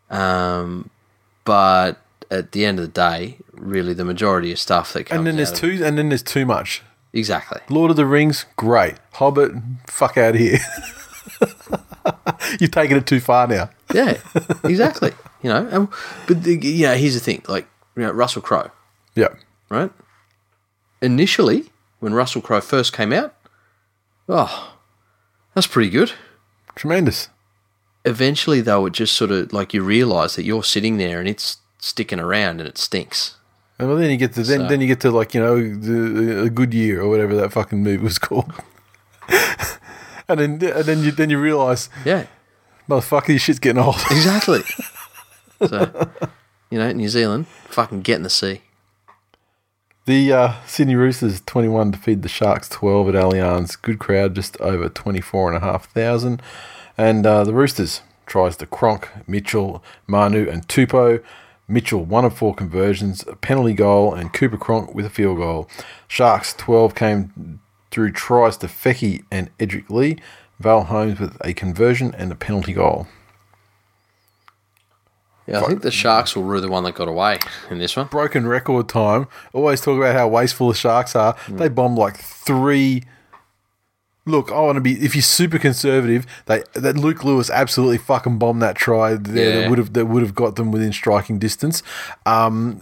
Um, but at the end of the day, really, the majority of stuff that comes And then there's out of- too, and then there's too much. exactly. Lord of the Rings, great. Hobbit, fuck out of here. You've taken it too far now. Yeah, exactly. You know, and, but the, you know, here's the thing: like you know, Russell Crowe, Yeah. right? Initially, when Russell Crowe first came out, oh, that's pretty good. Tremendous. Eventually, though, it just sort of like you realise that you're sitting there and it's sticking around and it stinks. And well, then you get to then, then you get to like you know the, a good year or whatever that fucking movie was called. and then and then you then you realize Yeah, motherfucker, your shit's getting old. exactly. so, you know, New Zealand, fucking get in the sea. the uh, Sydney Roosters twenty one defeat the Sharks twelve at Allianz. Good crowd, just over twenty four and a half thousand. And uh, the Roosters tries to Cronk, Mitchell, Manu, and Tupo. Mitchell one of four conversions, a penalty goal, and Cooper Cronk with a field goal. Sharks twelve came through tries to Fecky and Edric Lee. Val Holmes with a conversion and a penalty goal. Yeah, I think the Sharks will rue the one that got away in this one. broken record time. Always talk about how wasteful the Sharks are. They bombed like three. Look, I want to be. If you're super conservative, they that Luke Lewis absolutely fucking bombed that try there Yeah. that would have that would have got them within striking distance. Um,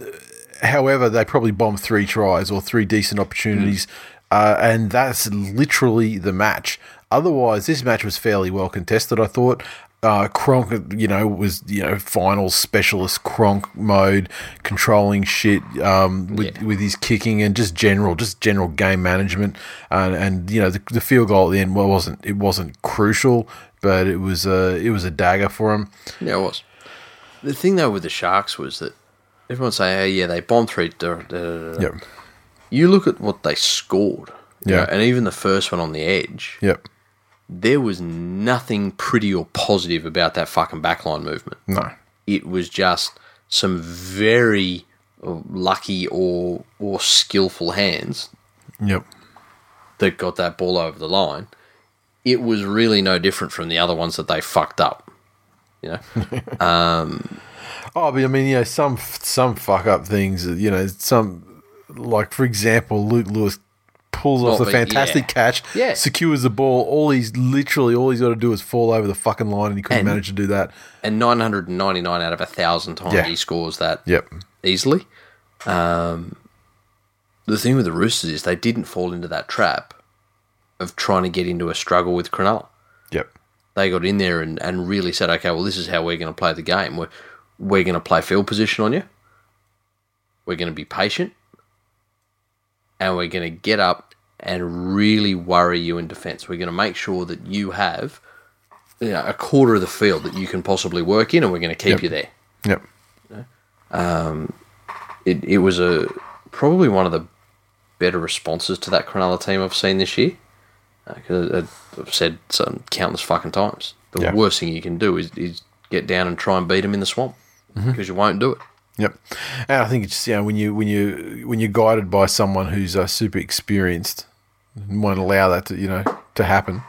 however, they probably bombed three tries or three decent opportunities, uh, and that's literally the match. Otherwise, this match was fairly well contested. I thought uh, Kronk, you know, was you know final specialist Kronk mode, controlling shit um, with Yeah. with his kicking and just general, just general game management, and and you know the, the field goal at the end well, wasn't it wasn't crucial, but it was a it was a dagger for him. Yeah, it was. The thing though with the Sharks was that everyone say, "Oh yeah, they bombed three." Da, da, da, da. Yep, You look at what they scored. you Yeah. know, and even the first one on the edge, yep, there was nothing pretty or positive about that fucking backline movement. no, It was just some very uh, lucky or or skillful hands yep, that got that ball over the line, it was really no different from the other ones that they fucked up. You know, Oh, but I mean, you know, some some fuck up things. You know, some like for example, Luke Lewis pulls off Well, the but fantastic yeah. catch, Yeah. secures the ball. All he's literally all he's got to do is fall over the fucking line, and he couldn't And- manage to do that. and 999 out of a thousand times Yeah. he scores that Yep. easily. Um, the thing with the Roosters is they didn't fall into that trap of trying to get into a struggle with Cronulla. Yep. They got in there and, and really said, okay, well, this is how we're going to play the game. We're, we're going to play field position on you. We're going to be patient. And we're going to get up and really worry you in defence. We're going to make sure that you have you know, a quarter of the field that you can possibly work in, and we're going to Yep. keep you there Yep. Um, it, it was a probably one of the better responses to that Cronulla team I've seen this year. Because I've said some countless fucking times, the Yeah. worst thing you can do is, is get down and try and beat them in the swamp Mm-hmm. because you won't do it. Yep, and I think it's you know when you when you when you're guided by someone who's uh, super experienced, and won't allow that to you know to happen,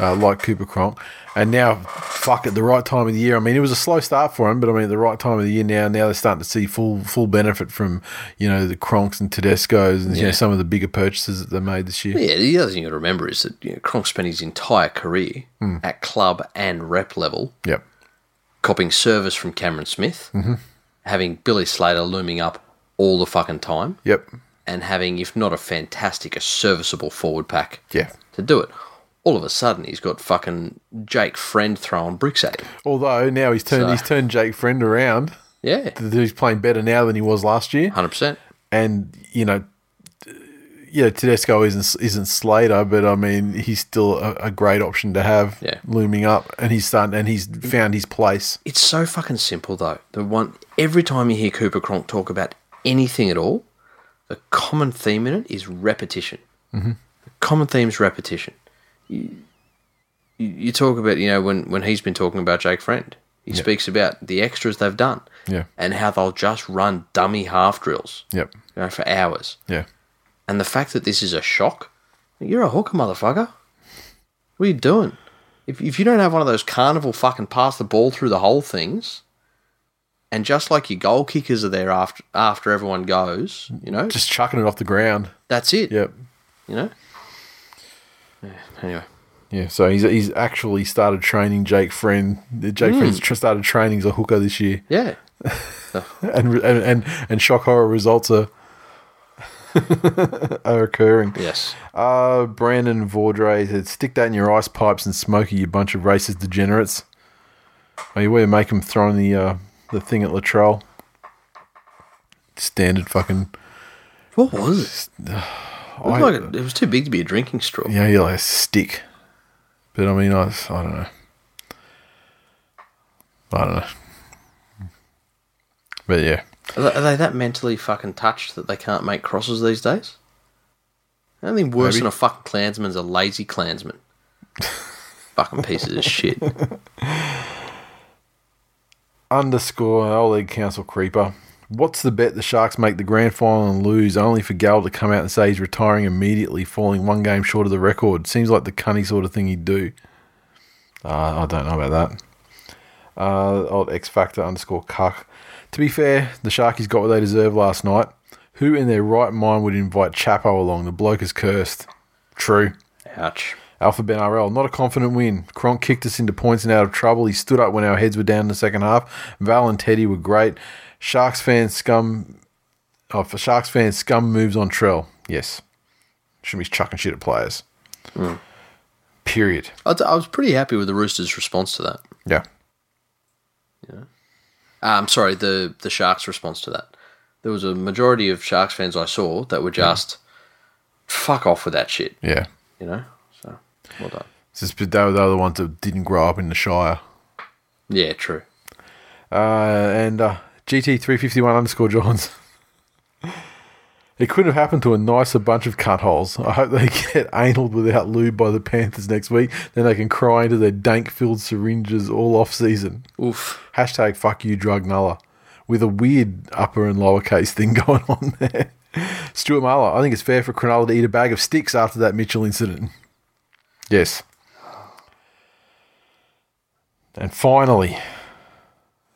uh, like Cooper Cronk, and now fuck at the right time of the year. I mean, it was a slow start for him, but I mean at the right time of the year now. Now they're starting to see full full benefit from you know the Cronks and Tedesco's and you know Yeah. some of the bigger purchases that they made this year. Yeah, the other thing you got to remember is that you know, Kronk spent his entire career Mm. at club and rep level Yep, copying service from Cameron Smith, Mm-hmm. having Billy Slater looming up all the fucking time, yep, and having, if not a fantastic, a serviceable forward pack. yeah. to do it. All of a sudden, he's got fucking Jake Friend throwing bricks at him. Although now he's turned So- he's turned Jake Friend around. Yeah, He's playing better now than he was last year. hundred percent. and you know, t- you know Tedesco isn't isn't Slater, but I mean he's still a, a great option to have Yeah. looming up, and he's starting and he's found his place. It's so fucking simple though. The one every time you hear Cooper Cronk talk about anything at all, the common theme in it is repetition. Mm-hmm. The common theme is repetition. You, you, you talk about you know when when he's been talking about Jake Friend, he speaks about the extras they've done, Yeah. and how they'll just run dummy half drills, Yep. you know, for hours. Yeah. And the fact that this is a shock, you're a hooker, motherfucker. What are you doing? If, if you don't have one of those carnival fucking pass the ball through the hole things, and just like your goal kickers are there after after everyone goes, you know, Just chucking it off the ground. that's it. Yep. You know. Yeah, anyway, Yeah. So he's he's actually started training Jake Friend. Jake Friend's tr- started training as a hooker this year, yeah, and re- and and, and shock horror results are. are occurring. yes, Uh, Brandon Vaudre said, "Stick that in your ice pipes and smoke it, you bunch of racist degenerates." Are you where make him throwing the uh, the thing at Latrell? Standard fucking. what was it? It, I- looked like it, it was too big to be a drinking straw. yeah, you like a stick. But I mean, I, I don't know. I don't know. But yeah, Are, they, are they that mentally fucking touched that they can't make crosses these days? Nothing worse Maybe. than a fucking clansman's a lazy clansman. fucking pieces of shit. underscore our league council creeper. What's the bet the Sharks make the grand final and lose, only for Gal to come out and say he's retiring immediately, falling one game short of the record? Seems like the cunny sort of thing he'd do. Uh, I don't know about that. Uh, old X Factor underscore cuck. To be fair, the Sharkies got what they deserved last night. Who in their right mind would invite Chapo along? The bloke is cursed. True. Ouch. Alpha Ben RL, not a confident win. Kronk kicked us into points and out of trouble. He stood up when our heads were down in the second half. Val and Teddy were great. Sharks fans scum. Oh, for Sharks fans, scum moves on Trell. Yes. Shouldn't be chucking shit at players. Period. I was- I was pretty happy with the Roosters' response to that. Yeah. Um, sorry, the the Sharks' response to that. There was a majority of Sharks fans I saw that were just fuck off with that shit. Yeah. You know, so well done. It's just- but they were, they were the ones that didn't grow up in the Shire. Yeah, true. Uh, and uh, GT351 underscore Johns. It couldn't have happened to a nicer bunch of cut holes. I hope they get analed without lube by the Panthers next week. Then they can cry into their dank filled syringes all off season. Oof. Hashtag fuck you, drug nuller. With a weird upper and lowercase thing going on there. Stuart Marler, I think it's fair for Cronulla to eat a bag of sticks after that Mitchell incident. Yes. And finally,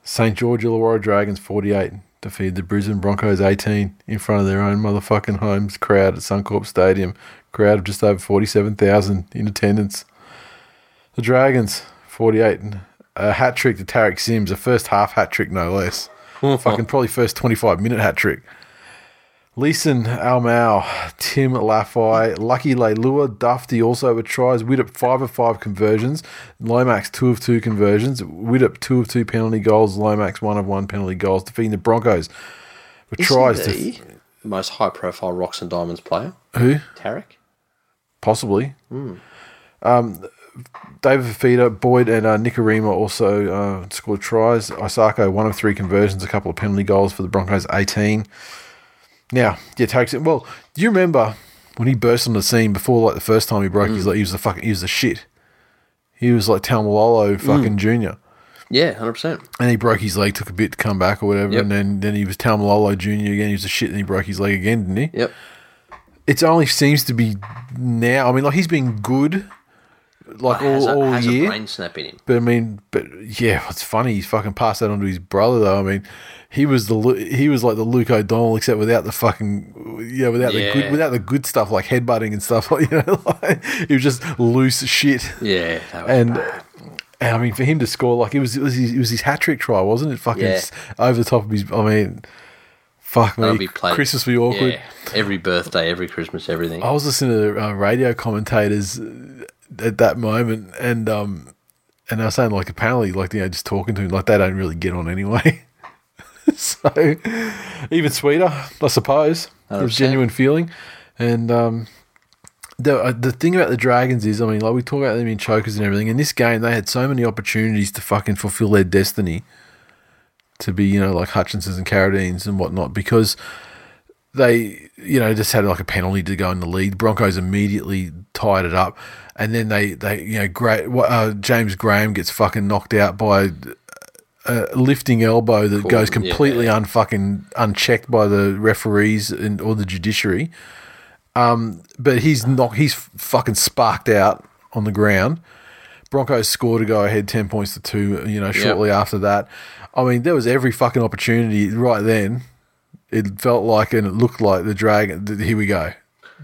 St. George Illawarra Dragons 48 defeated the Brisbane Broncos 18 in front of their own motherfucking homes crowd at Suncorp Stadium. Crowd of just over 47,000 in attendance. The Dragons, 48. A hat trick to Tarek Sims, a first half hat trick, no less. Hmm. Fucking probably first 25 minute hat trick. Leeson, Almau, Tim Laffey, Lucky Leilua, Dufty also with tries. Widup, 5 of 5 conversions. Lomax, 2 of 2 conversions. Widup, 2 of 2 penalty goals. Lomax, 1 of 1 penalty goals. Defeating the Broncos with tries Isn't he to. the most high profile Rocks and Diamonds player, Who? Tarek. possibly. Um, David Fafita, Boyd, and uh, Nicarima also uh, scored tries. Isako, one of three conversions, a couple of penalty goals for the Broncos, 18. Now, yeah, takes it. Well, do you remember when he burst on the scene before, like the first time he broke, he's like, he was the fucking, he was the shit. He was like Talmalolo fucking junior. Yeah, hundred percent. And he broke his leg, took a bit to come back or whatever. Yep. And then, then he was Talmalolo junior again. He was the shit, and he broke his leg again, didn't he? Yep. it only seems to be now. I mean, like he's been good, like has all, a, all has a year. brain snap in him. But I mean, but yeah, it's funny. He's fucking passed that on to his brother, though. I mean, he was the Lu- he was like the Luke O'Donnell, except without the fucking yeah, without the good Yeah. without the good stuff like headbutting and stuff. Like you know, like, he was just loose shit. Yeah, that was And, and I mean, for him to score like it was it was his, it was his hat trick try, wasn't it? Fucking Yeah. s- over the top of his. I mean, fuck that'll me. be played. Christmas will be awkward. Yeah, every birthday, every Christmas, everything. I was listening to uh, radio commentators uh, at that moment, and um, and they were saying like apparently like you know just talking to him like they don't really get on anyway. so even sweeter, I suppose. It was 100%. genuine feeling, and um, the uh, the thing about the Dragons is, I mean, like we talk about them in chokers and everything. In this game, they had so many opportunities to fucking fulfill their destiny, to be you know like Hutchinsons and Carradines and whatnot, because they you know just had like a penalty to go in the lead. Broncos immediately tied it up, and then they they you know great uh, James Graham gets fucking knocked out by. A lifting elbow that goes completely unfucking unchecked by the referees and or the judiciary Um, but he's knock he's fucking sparked out on the ground. Broncos scored to go ahead ten points to two. You know, shortly after that, I mean, there was every fucking opportunity right then. It felt like and it looked like the dragon. th- Here we go.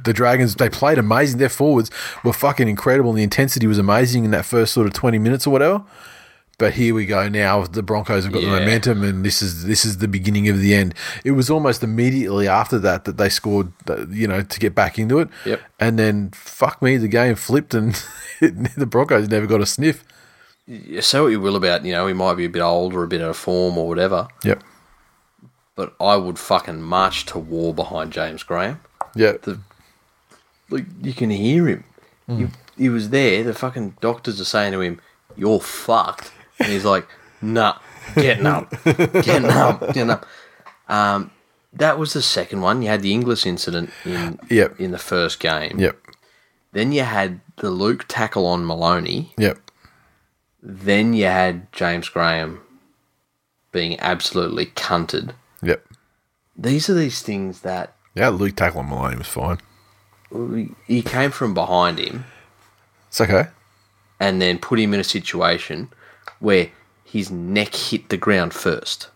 The Dragons, they played amazing. Their forwards were fucking incredible. And the intensity was amazing in that first sort of 20 minutes or whatever. But here we go now. The Broncos have got the Yeah. momentum, and this is this is the beginning of the end. It was almost immediately after that that they scored, uh, you know, to get back into it. Yep. And then fuck me, the game flipped, and the Broncos never got a sniff. Yeah, say what you will about, you know, he might be a bit old or a bit out of form or whatever, Yep. but I would fucking march to war behind James Graham. Yep. The- Like you can hear him. Hmm. He, he was there. The fucking doctors are saying to him, "You're fucked," and he's like, "Nah, getting up, getting up, getting up." Um, that was the second one. You had the English incident in Yep. in the first game. yep. Then you had the Luke tackle on Maloney. Yep. Then you had James Graham being absolutely cunted. Yep. These are these things that Yeah, Luke tackling Maloney was fine. he came from behind him It's okay. and then put him in a situation where his neck hit the ground first.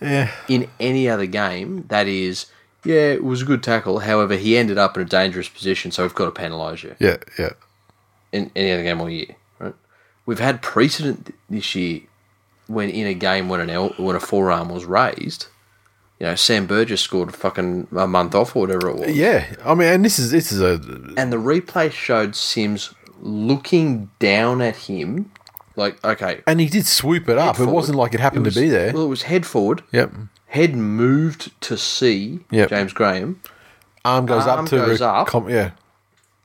Yeah. In any other game, that is, yeah, it was a good tackle. However, he ended up in a dangerous position, so we've got to penalise you. Yeah. Yeah. in any other game all year, right? We've had precedent th- this year when in a game when an el- when a forearm was raised, you know, Sam Burgess scored fucking a month off or whatever it was, Yeah. I mean, and this is this is a and the replay showed Sims looking down at him, like okay, And he did swoop it up. It forward. wasn't like it happened was- to be there. Well, it was head forward. Yep. Head moved to see Yep. James Graham Arm goes Arm up to goes re- up. com- yeah.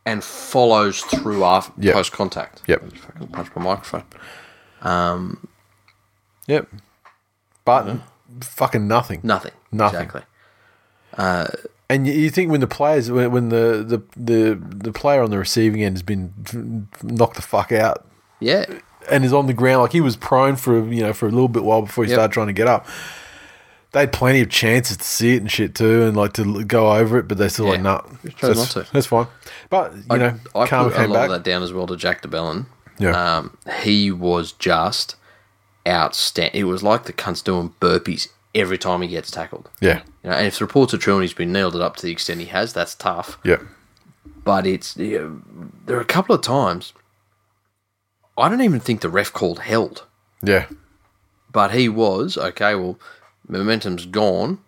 and follows through after Yep. post contact. Yep. I just fucking punched my microphone. Yep. But fucking nothing. Nothing. Nothing. Exactly. And you, you think when the players when, when the, the the the player on the receiving end has been knocked the fuck out Yeah. and is on the ground like he was prone for you know for a little bit while before he Yep. started trying to get up. They had plenty of chances to see it and shit too, and like to l- go over it, but they still like Yeah. nah. Just chose that's, not to. that's fine. But you I, know, I karma put a came lot back. of that down as well to Jack DeBellin. Yeah. Um, he was just outstanding. It was like the cunt's doing burpees every time he gets tackled. Yeah, You know, and if the reports are true and he's been nailed it up to the extent he has, that's tough. yeah, But it's yeah, there are a couple of times I don't even think the ref called held, yeah. but he was okay. Well, momentum's gone,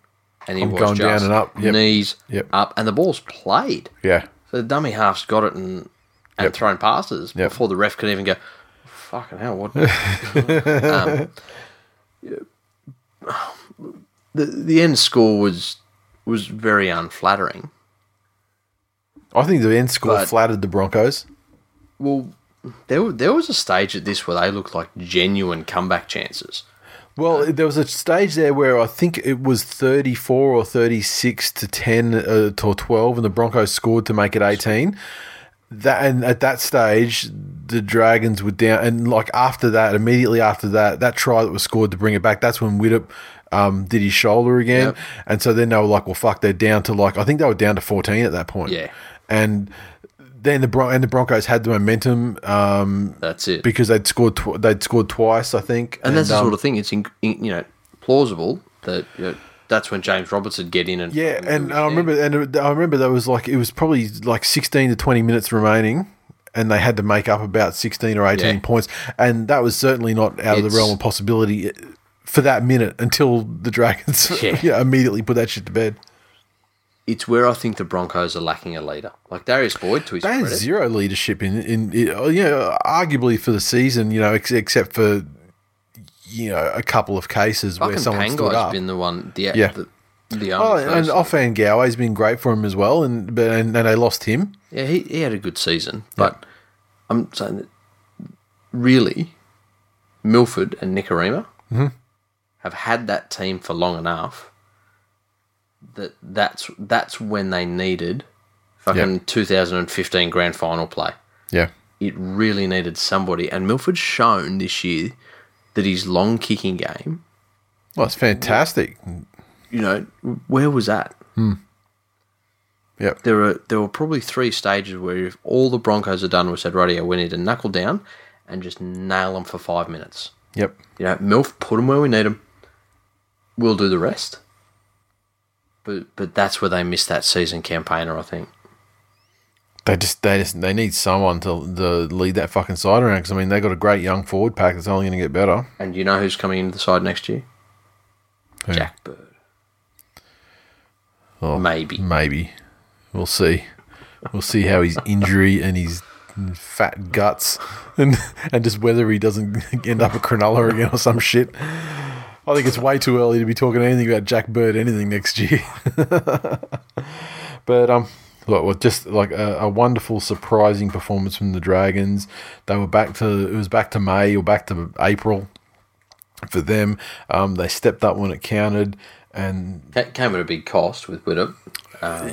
and he I'm was going down just and up, yep. knees Yep. up, and the ball's played. Yeah. So the dummy half's got it and and Yep. thrown passes Yep. before the ref could even go. Fucking hell! What? Um, the the end score was was very unflattering. I think the end score But- flattered the Broncos. Well, there wa- there was a stage at this where they looked like genuine comeback chances. Well, Uh, there was a stage there where I think it was 34 or 36 to 10 uh, to 12, and the Broncos scored to make it 18. That and at that stage, the Dragons were down, and like after that, immediately after that, that try that was scored to bring it back. That's when Widdop um, did his shoulder again, Yep. and so then they were like, "Well, fuck," they're down to like I think they were down to 14 at that point. Yeah. and then the Bron- and the Broncos had the momentum um, That's it. because they'd scored tw- they'd scored twice, I think, and that's the um, sort of thing. It's in, in, you know plausible that you know, that's when James Roberts would get in and Yeah, and I remember, and I remember that was like it was probably like sixteen to twenty minutes remaining, and they had to make up about sixteen or eighteen Yeah. points, and that was certainly not out of It's- the realm of possibility eh, for that minute until the Dragons Yeah. yeah, immediately put that shit to bed. it's where I think the Broncos are lacking a leader. Like Darius Boyd to his They had credit. zero leadership in in, in uh, you know, arguably for the season, you know, ex- except for you know a couple of cases where Fucking someone stood Pangai's up. been the one. The, Yeah. the, the Oh, only and person- offhand Goway's been great for him as well, and but and, and they lost him. yeah, he, he had a good season, but I'm saying that really, Milford and Nicarima Mm-hmm. have had that team for long enough that that's that's when they needed fucking 2015 grand final play. Yeah, it really needed somebody. And Milford's shown this year that his long kicking game, well, it's fantastic. you know, where was that? Yep. There are there were probably three stages where if all the Broncos had done was said, "Radio, we need to knuckle down and just nail them for five minutes." Yep. You know, Milf put them where we need them. We'll do the rest. But but that's where they missed that season campaigner, I think. They just they just they need someone to, to lead that fucking side around because I mean they got a great young forward pack that's only going to get better. And you know who's coming into the side next year? Who? Jack Bird. Oh, Maybe. Maybe we'll see. We'll see how his injury and his fat guts and and just whether he doesn't end up a Cronulla again or some shit. I think it's way too early to be talking anything about Jack Bird anything next year. But um, look, well, just like a, a wonderful, surprising performance from the Dragons. They were back to it was back to May or back to April for them. Um, they stepped up when it counted, and Ca- Came at a big cost with Widdop.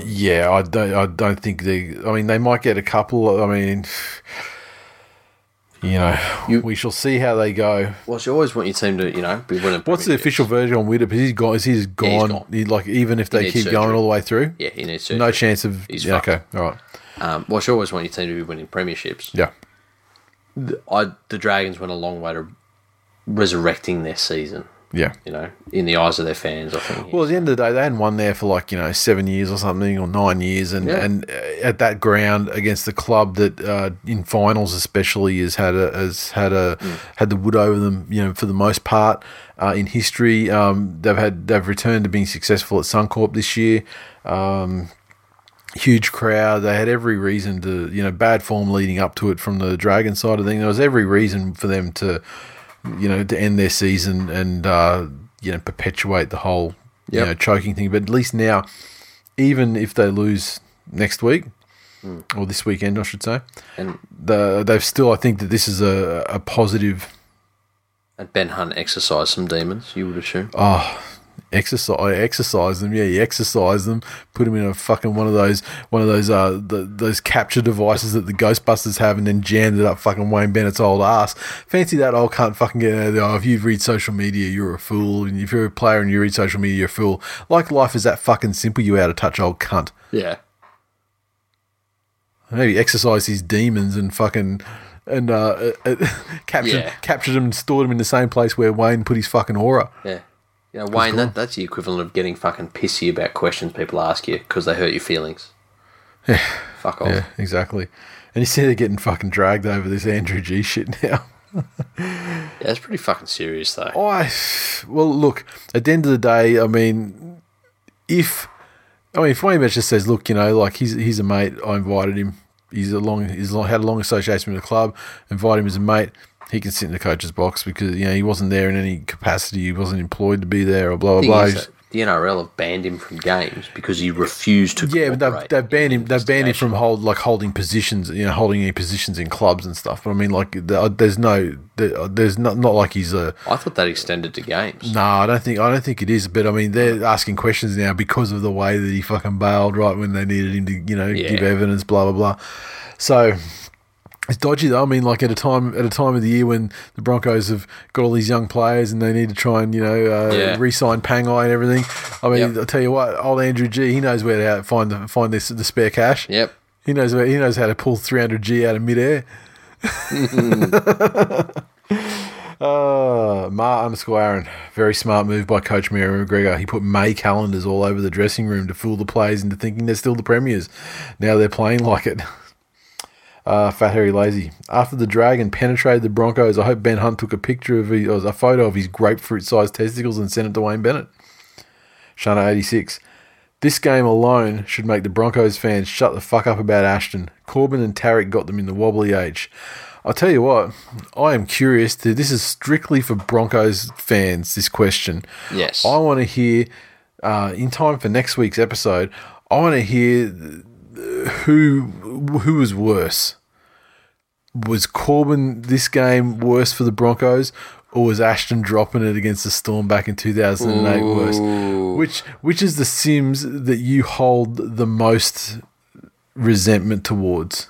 yeah, I don't, I don't think they. I mean, they might get a couple. I mean, you know, You- we shall see how they go. Well, you always want your team to, you know, be winning. What's the premierships. official version on Widder? Because he's gone. Is he's gone? he's gone. He- like even if they needs keep going surgery. all the way through, Yeah, he needs surgery. no chance of. He's yeah, fucked. okay, all right, Um, well, you always want your team to be winning premierships. yeah, I, the Dragons went a long way to resurrecting their season. yeah. You know, in the eyes of their fans, I think. Well, at the end of the day, they hadn't won there for like you know seven years or something, or nine years, and Yeah. and uh, at that ground against the club that uh, in finals especially has had a has had a had the wood over them, you know, for the most part uh, in history. Um, they've had they've returned to being successful at Suncorp this year. Um, huge crowd. They had every reason to, you know, bad form leading up to it from the Dragon side of thing. There was every reason for them to, you know, to end their season and uh, you know perpetuate the whole you Yep. know choking thing. But at least now, even if they lose next week or this weekend, I should say, And the, they've still. I think that this is a, a positive and Ben Hunt exercised some demons, you would assume. Oh. exercise I exercise them yeah you exercise them put them in a fucking one of those one of those uh the, those capture devices that the ghostbusters have and then jammed it up fucking wayne bennett's old ass fancy that old cunt fucking get out of there oh, if you read social media you're a fool and if you're a player and you read social media you're a fool like life is that fucking simple you out of touch old cunt Yeah. maybe exercise his demons and fucking and uh, uh captured Yeah. captured them and stored them in the same place where wayne put his fucking aura Yeah. You know, Wayne, that, that's the equivalent of getting fucking pissy about questions people ask you because they hurt your feelings. Yeah. Fuck off. Yeah, exactly. And you see they're getting fucking dragged over this Andrew G shit now. Yeah, it's pretty fucking serious, though. Oh, I well, look. At the end of the day, I mean, if I mean, if Wayne Bennett just says, "Look, you know, like he's he's a mate. I invited him. He's a long, he's long, had a long association with the club. Invite him as a mate. He can sit in the coach's box because you know he wasn't there in any capacity. He wasn't employed to be there or blah The, thing blah is blah." that the NRL have banned him from games because he refused to. Yeah, but they've, cooperate they've banned in him. the They've banned him investigation. from hold like holding positions, you know, holding any positions in clubs and stuff. But I mean, like, th- there's no, there- there's not not like he's a. I thought that extended to games. No, I don't think I don't think it is. But I mean, they're asking questions now because of the way that he fucking bailed right when they needed him to, you know, give Yeah. evidence, blah blah blah. So it's dodgy though. I mean, like at a time at a time of the year when the Broncos have got all these young players and they need to try and you know uh, Yeah. re-sign Pangai and everything. I mean, Yep. I'll tell you what, old Andrew G, he knows where to out- find the find this the spare cash. Yep. He knows where, he knows how to pull 300G out of midair. uh, Ma underscore Aaron. Very smart move by Coach Mary McGregor. He put May calendars all over the dressing room to fool the players into thinking they're still the premiers. Now they're playing like it. Uh, Fat Harry Lazy. After the dragon penetrated the Broncos, I hope Ben Hunt took a picture of his, or a photo of his grapefruit-sized testicles and sent it to Wayne Bennett. Shana eighty six. This game alone should make the Broncos fans shut the fuck up about Ashton. Corbin and Tarek got them in the wobbly H. I'll tell you what, I am curious. To, this is strictly for Broncos fans, this question. Yes. I want to hear, uh, in time for next week's episode, I want to hear uh, who who was worse. Was Corbin this game worse for the Broncos, or was Ashton dropping it against the Storm back in 2008 worse? Which which is the Sims that you hold the most resentment towards?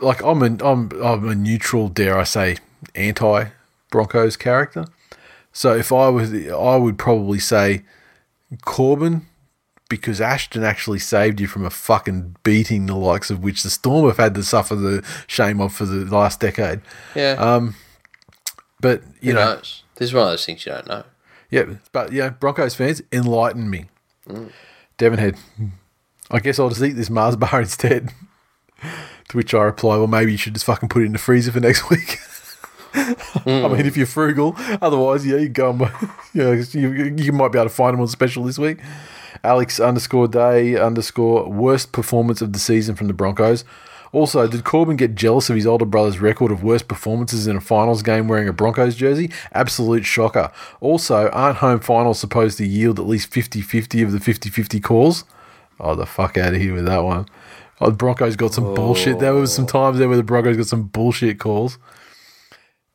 Like I'm an I'm I'm a neutral, dare I say, anti Broncos character. So if I was, I would probably say Corbin because Ashton actually saved you from a fucking beating the likes of which the Storm have had to suffer the shame of for the last decade. Yeah. But um, you Who know, knows? This is one of those things you don't know. yeah. But yeah, Broncos fans, enlighten me. Devon Head, I guess I'll just eat this Mars bar instead. to which I reply, well, maybe you should just fucking put it in the freezer for next week. I mean, if you're frugal, otherwise, yeah, you go and yeah, you, you might be able to find them on special this week. Alex underscore day underscore worst performance of the season from the Broncos. Also, did Corbin get jealous of his older brother's record of worst performances in a finals game wearing a Broncos jersey? Absolute shocker. Also, aren't home finals supposed to yield at least 50 50 of the 50 50 calls? Oh, the fuck out of here with that one. Oh, the Broncos got some bullshit. There was some times there where the Broncos got some bullshit calls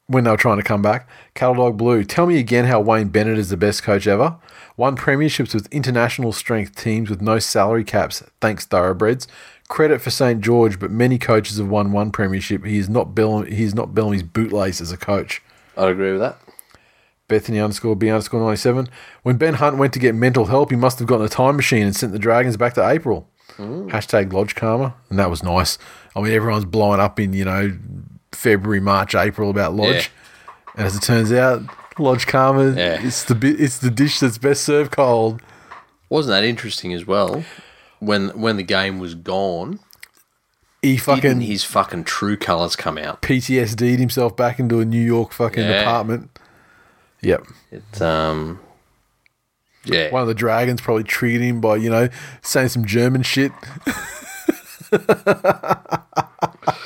when they were trying to come back. Cattle Dog Blue, tell me again how Wayne Bennett is the best coach ever. Won premierships with international strength teams with no salary caps, thanks thoroughbreds. Credit for St George, but many coaches have won one premiership. He is not Bell- he is not Bellamy's bootlace as a coach. I'd agree with that. Bethany underscore B underscore 97. When Ben Hunt went to get mental help, he must have gotten a time machine and sent the Dragons back to April. Hmm. Hashtag Lodge Karma. And that was nice. I mean, everyone's blowing up in, you know, February, March, April about Lodge. And as it turns out, Lodge Karma, Yeah. it's, the bit, it's the dish that's best served cold. Wasn't that interesting as well? When when the game was gone, He didn't fucking his fucking true colours come out? PTSD'd himself back into a New York fucking Yeah. apartment. Yep. It, um, Yeah. One of the dragons probably triggered him by, you know, saying some German shit.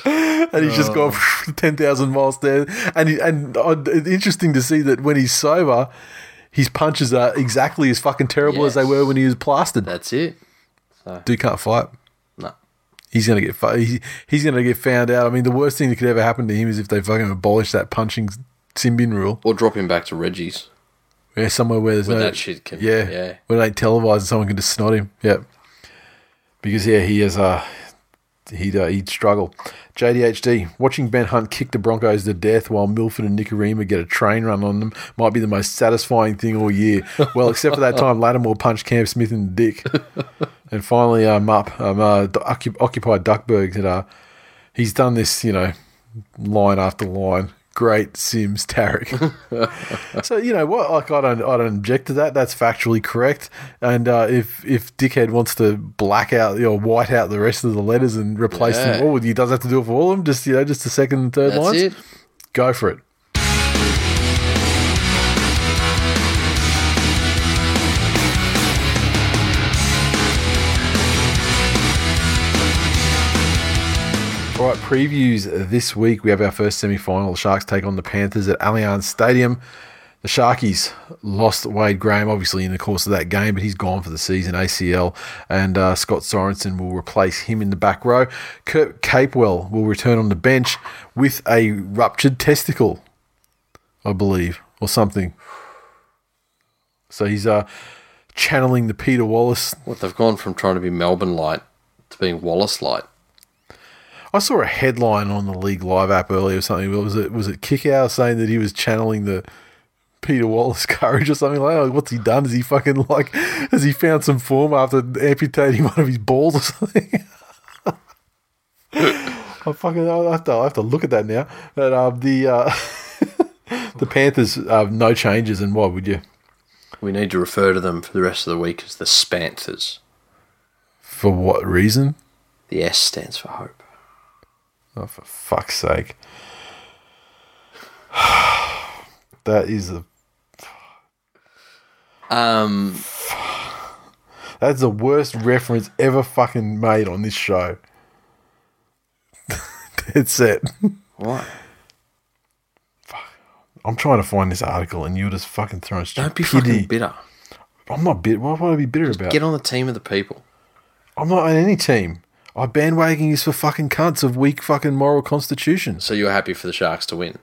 and he's just gone 10,000 miles there. And he, and uh, it's interesting to see that when he's sober, his punches are exactly as fucking terrible as they Yes. were when he was plastered. That's it. Dude can't fight. No. He's gonna get fu- he, he's gonna get found out. I mean, the worst thing that could ever happen to him is if they fucking abolish that punching Simbin rule. Or drop him back to Reggie's. Yeah, somewhere where there's Where no that shit can- yeah, yeah. where they televised and someone can just snot him. Yep. Because yeah, he has uh he'd uh, he'd struggle. JDHD watching Ben Hunt kick the Broncos to death while Milford and Nicarima get a train run on them might be the most satisfying thing all year. Well, except for that time Lattimore punched Camp Smith in the dick, and finally um up um uh, the Occup- occupied Duckburg that uh he's done this you know line after line. Great Sims Tarek. So you know what? Like I don't, I don't object to that. That's factually correct. And uh, if if Dickhead wants to black out or white out the rest of the letters and replace Yeah. them all, he doesn't have to do it for all of them. Just you know, just the second and third That's lines. it. Go for it. All right, previews this week. We have our first semi final. The Sharks take on the Panthers at Allianz Stadium. The Sharkies lost Wade Graham, obviously, in the course of that game, but he's gone for the season, ACL, and uh, Scott Sorensen will replace him in the back row. Kurt Capewell will return on the bench with a ruptured testicle, I believe, or something. So he's uh, channeling the Peter Wallace. What they've gone from trying to be Melbourne light to being Wallace light. I saw a headline on the League Live app earlier or something. Was it was it Kickout saying that he was channeling the Peter Wallace courage or something like that? Like, what's he done? Has he fucking like has he found some form after amputating one of his balls or something? I fucking I have to I have to look at that now. But um, the uh, the Panthers uh, no changes and why would you? We need to refer to them for the rest of the week as the Spanthers. For what reason? The S stands for hope. Oh, for fuck's sake. That is a Um, That's the worst reference ever fucking made on this show. That's it. what? I'm trying to find this article and you're just fucking throwing stupidity. Don't be fucking bitter. I'm not bitter. What would I be bitter about? Get on the team of the people. I'm not on any team. I bandwagoning is for fucking cunts of weak fucking moral constitutions. So you're happy for the Sharks to win?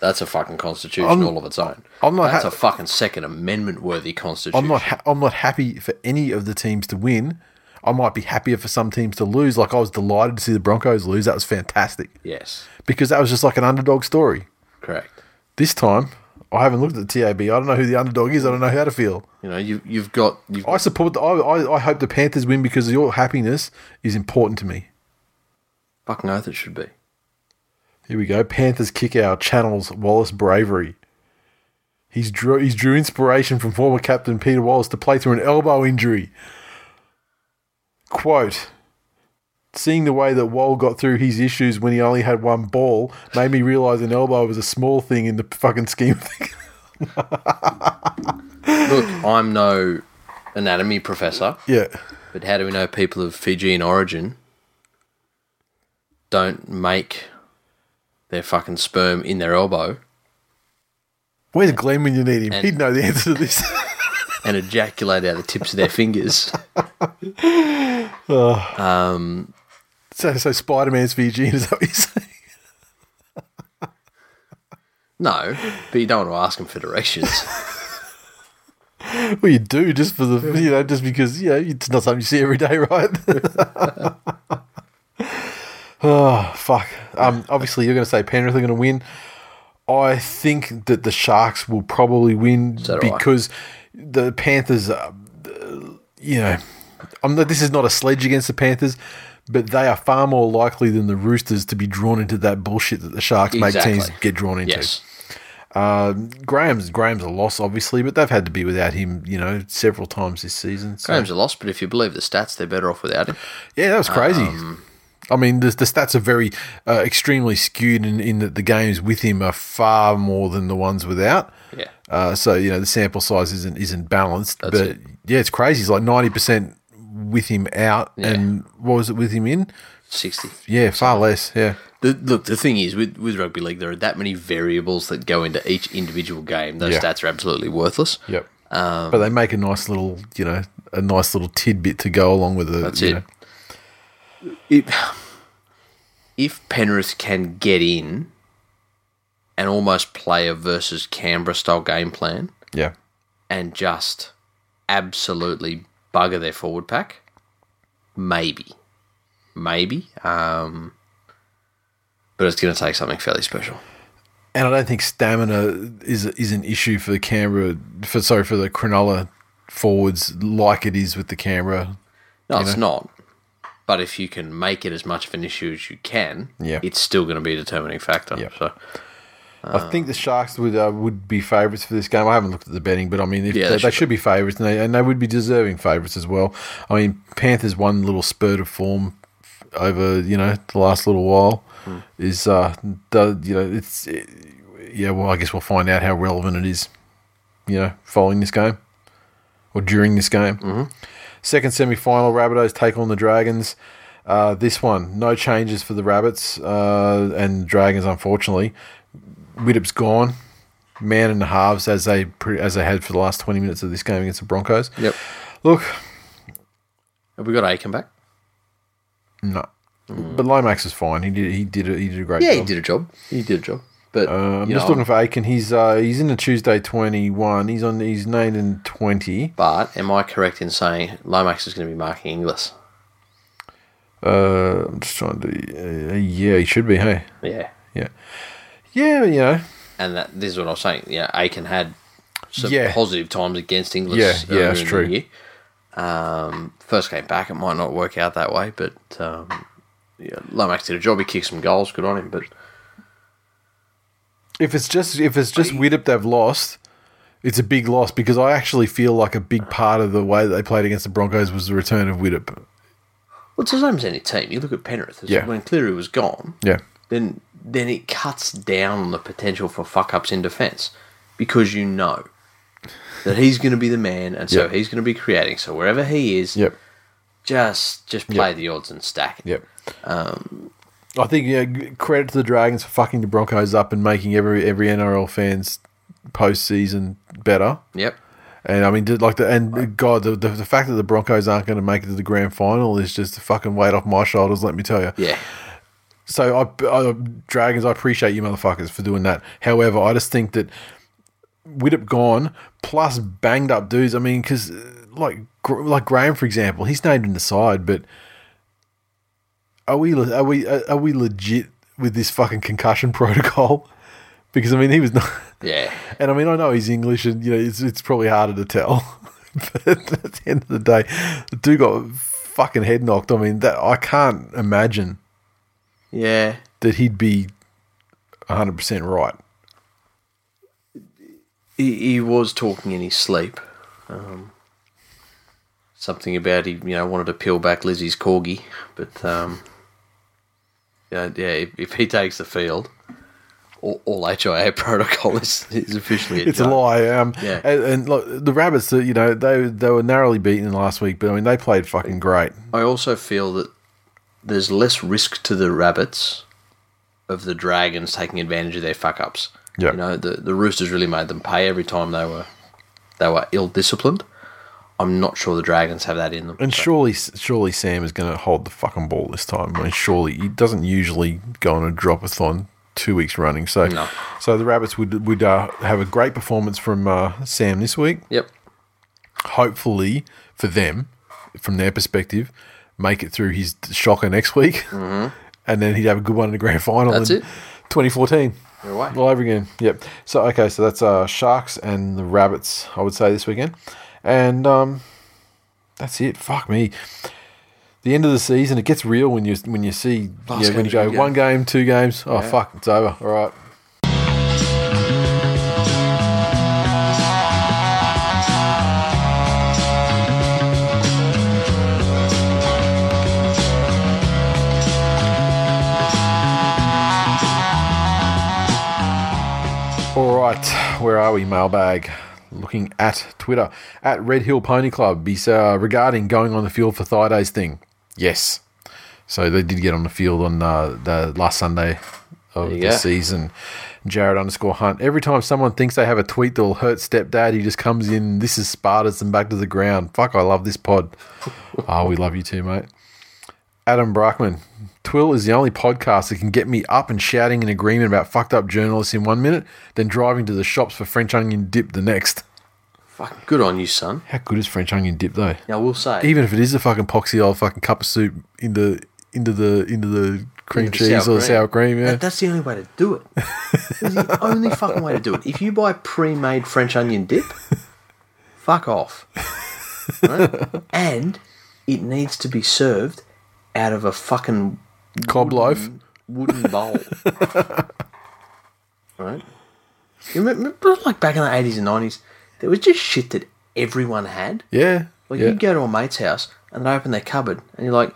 That's a fucking constitution I'm- all of its own. I'm not That's ha- a fucking Second Amendment worthy constitution. I'm not. Ha- I'm not happy for any of the teams to win. I might be happier for some teams to lose. Like I was delighted to see the Broncos lose. That was fantastic Yes, because that was just like an underdog story. correct. This time, I haven't looked at the TAB. I don't know who the underdog is. I don't know how to feel. You know, you, you've got. You've I support. The, I, I I hope the Panthers win because your happiness is important to me. fucking oath it should be. Here we go. Panthers kick out channels Wallace bravery. He's drew. He's drew inspiration from former captain Peter Wallace to play through an elbow injury. Quote. Seeing the way that Wall got through his issues when he only had one ball made me realise an elbow was a small thing in the fucking scheme of things. Look, I'm no anatomy professor, yeah. but how do we know people of Fijian origin don't make their fucking sperm in their elbow Where's Glenn when you need him? He'd know the answer to this. and ejaculate out the tips of their fingers? so, so Spider Man's Fijian is that what you're saying? No, but you don't want to ask them for directions. Well, you do just for the you know just because you know it's not something you see every day, right? oh fuck! Um, obviously you're going to say Penrith are going to win. I think that the Sharks will probably win So do I. because the Panthers, are, uh, you know, I'm not, this is not a sledge against the Panthers, but they are far more likely than the Roosters to be drawn into that bullshit that the Sharks Exactly. make teams get drawn into. Yes. Um, Graham's Graham's a loss, obviously, but they've had to be without him, you know, several times this season. So. Graham's a loss, but if you believe the stats, they're better off without him. yeah, that was crazy. I mean, the, the stats are very uh, extremely skewed in, in that the games with him are far more than the ones without. Yeah. Uh, so you know the sample size isn't isn't balanced, but it. yeah, it's crazy. It's like ninety percent with him out, Yeah. and what was it with him in? 60. Yeah, far less. Yeah, The, look, the thing is, with, with rugby league, there are that many variables that go into each individual game. Those Yeah. stats are absolutely worthless. yep. Um, but they make a nice little, you know, a nice little tidbit to go along with the. That's you it. know. If, if Penrith can get in and almost play a versus Canberra style game plan yeah, and just absolutely bugger their forward pack, maybe. Maybe. Um, but it's going to take something fairly special. and I don't think stamina is is an issue for the Canberra for sorry for the Cronulla forwards like it is with the Canberra. No, it's not. But if you can make it as much of an issue as you can, Yeah. it's still going to be a determining factor. Yeah. So I think the Sharks would uh, would be favourites for this game. I haven't looked at the betting, but I mean, if Yeah, they, they they should be favourites, and they, and they would be deserving favourites as well. I mean, Panthers one little spurt of form over you know the last little while is uh do, you know it's it, yeah well I guess we'll find out how relevant it is you know following this game or during this game. Mm-hmm. Second semi final, Rabbitohs take on the Dragons. Uh, this one, no changes for the Rabbits uh, and Dragons, unfortunately. Widdop's gone. Man and a halves as they pre- as they had for the last twenty minutes of this game against the Broncos. Yep. Look, have we got Aiken back? no, but Lomax is fine. He did he did a, he did a great. Mm. Yeah, job. he did a job. He did a job. But I'm you just know, um, looking for Aiken. He's uh, he's in the Tuesday twenty one. He's on he's named in twenty. But am I correct in saying Lomax is going to be marking Inglis? Uh, I'm just trying to. Uh, yeah, he should be. Hey, Yeah. yeah, yeah, you know. And that this is what I was saying. Yeah, Aiken had some Yeah. positive times against Inglis. Yeah, yeah, earlier that's in the true. year. Um, first came back, it might not work out that way, but um, yeah, Lomax did a job. He kicked some goals. Good on him. But If it's just if it's just Widdup they've lost, it's a big loss because I actually feel like a big part of the way that they played against the Broncos was the return of Widdup. Well, it's the same as any team. You look at Penrith. it's Yeah. When Cleary was gone, Yeah. then then it cuts down on the potential for fuck ups in defence because you know that he's going to be the man, and so Yeah. he's going to be creating. So wherever he is, Yep. just just play the odds and stack it. Yep. Um, I think yeah, g- credit to the Dragons for fucking the Broncos up and making every every NRL fans postseason better. Yep. And I mean, did- like the and God, the, the, the fact that the Broncos aren't going to make it to the grand final is just a fucking weight off my shoulders. Let me tell you. Yeah. So I, I Dragons, I appreciate you motherfuckers for doing that. However, I just think that Widdup gone plus banged up dudes. I mean, because like Gr- like Graham for example, he's named in the side, but are we le- are we uh, are we legit with this fucking concussion protocol? Because I mean, he was not. Yeah. And I mean, I know he's English, and you know, it's, it's probably harder to tell. but at the end of the day, the dude got fucking head knocked. I mean, that I can't imagine Yeah. that he'd be 100% right. He, he was talking in his sleep. Um, something about he, you know, wanted to peel back Lizzie's corgi, but um, yeah, yeah. If, if he takes the field, all, all HIA protocol is, is officially a It's a joke. lie. Um, Yeah. And, and look, the Rabbits, uh, you know, they they were narrowly beaten last week, but I mean, they played fucking great. I also feel that there's less risk to the rabbits of the dragons taking advantage of their fuck ups. Yeah. You know, the, the Roosters really made them pay every time they were they were ill disciplined. I'm not sure the Dragons have that in them. And So- surely, surely Sam is going to hold the fucking ball this time. I mean, surely he doesn't usually go on a drop-a-thon two weeks running. So, No. so the Rabbits would would uh, have a great performance from uh, Sam this week. Yep. Hopefully, for them, from their perspective, make it through his shocker next week, and then he'd have a good one in the grand final. Mm-hmm. That's in it. 2014. You're away. All over again. Yep. So okay, so that's uh, sharks and the rabbits. I would say this weekend, and um, that's it. Fuck me. The end of the season, it gets real when you when you see Last yeah, when game you of go the one game, two games. Oh fuck, it's over. All right. right, where are we? Mailbag. Looking at Twitter at Red Hill Pony Club be- uh, regarding going on the field for Thigh Days thing. Yes, so they did get on the field on uh, the last Sunday of There the you go. season. Jared underscore Hunt. Every time someone thinks they have a tweet that'll hurt stepdad, he just comes in. This is Spartas and back to the ground. Fuck, I love this pod. oh, we love you too, mate. Adam Brackman. Twill is the only podcast that can get me up and shouting in agreement about fucked up journalists in one minute, then driving to the shops for French onion dip the next. Fucking good on you, son. How good is French onion dip though? Now we'll say Even if it is a fucking poxy old fucking cup of soup into into the into the cream the cheese sour or the cream. sour cream, yeah. That- that's the only way to do it. That's the only fucking way to do it. If you buy pre-made French onion dip, fuck off. Right? And it needs to be served out of a fucking Cob loaf. wooden bowl. right? You remember, remember, like back in the eighties and nineties, there was just shit that everyone had. Yeah. Like yeah. you'd go to a mate's house and they'd open their cupboard and you're like,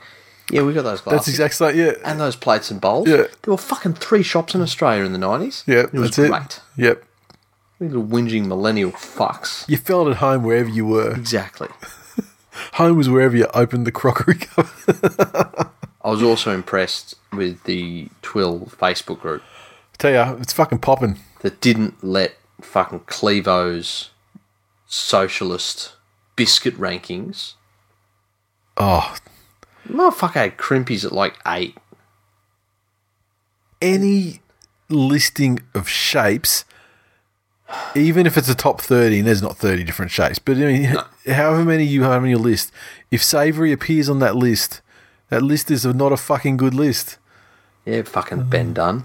Yeah, we got those glasses That's exactly like, yeah. and those plates and bowls. Yeah. There were fucking three shops in Australia in the nineties. yeah, it was that's great. it. Yep. We Little whinging millennial fucks. You felt at home wherever you were. Exactly. Home was wherever you opened the crockery cupboard. I was also impressed with the Twill Facebook group Tell ya, it's fucking popping. that didn't let fucking Clevo's socialist biscuit rankings. Oh, Motherfucker had crimpies at like eight. any listing of shapes, even if it's a top 30, and there's not 30 different shapes, but I mean, however many you have on your list, if savory appears on that list, that list is not a fucking good list. Yeah, fucking Ben Mm. Dunn.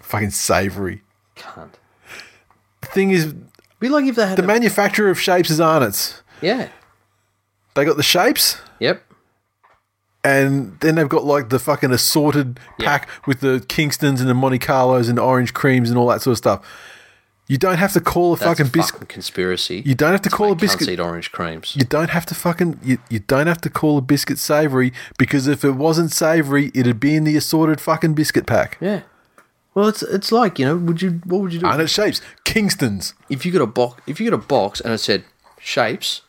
Fucking savory. Can't. The thing is, Be like if they had the a- manufacturer of shapes is Arnott's. Yeah. They got the shapes, Yep. and then they've got like the fucking assorted Yeah. pack with the Kingstons and the Monte Carlos and the orange creams and all that sort of stuff. You don't have to call a That's fucking biscuit. fucking conspiracy. You don't have to call a Make biscuit. cunts eat orange creams. You don't have to fucking you, you don't have to call a biscuit savory because if it wasn't savory, it'd be in the assorted fucking biscuit pack. Yeah. Well, it's it's like you know, would you what would you do And it shapes Kingston's. if you got a box? If you got a box and it said shapes,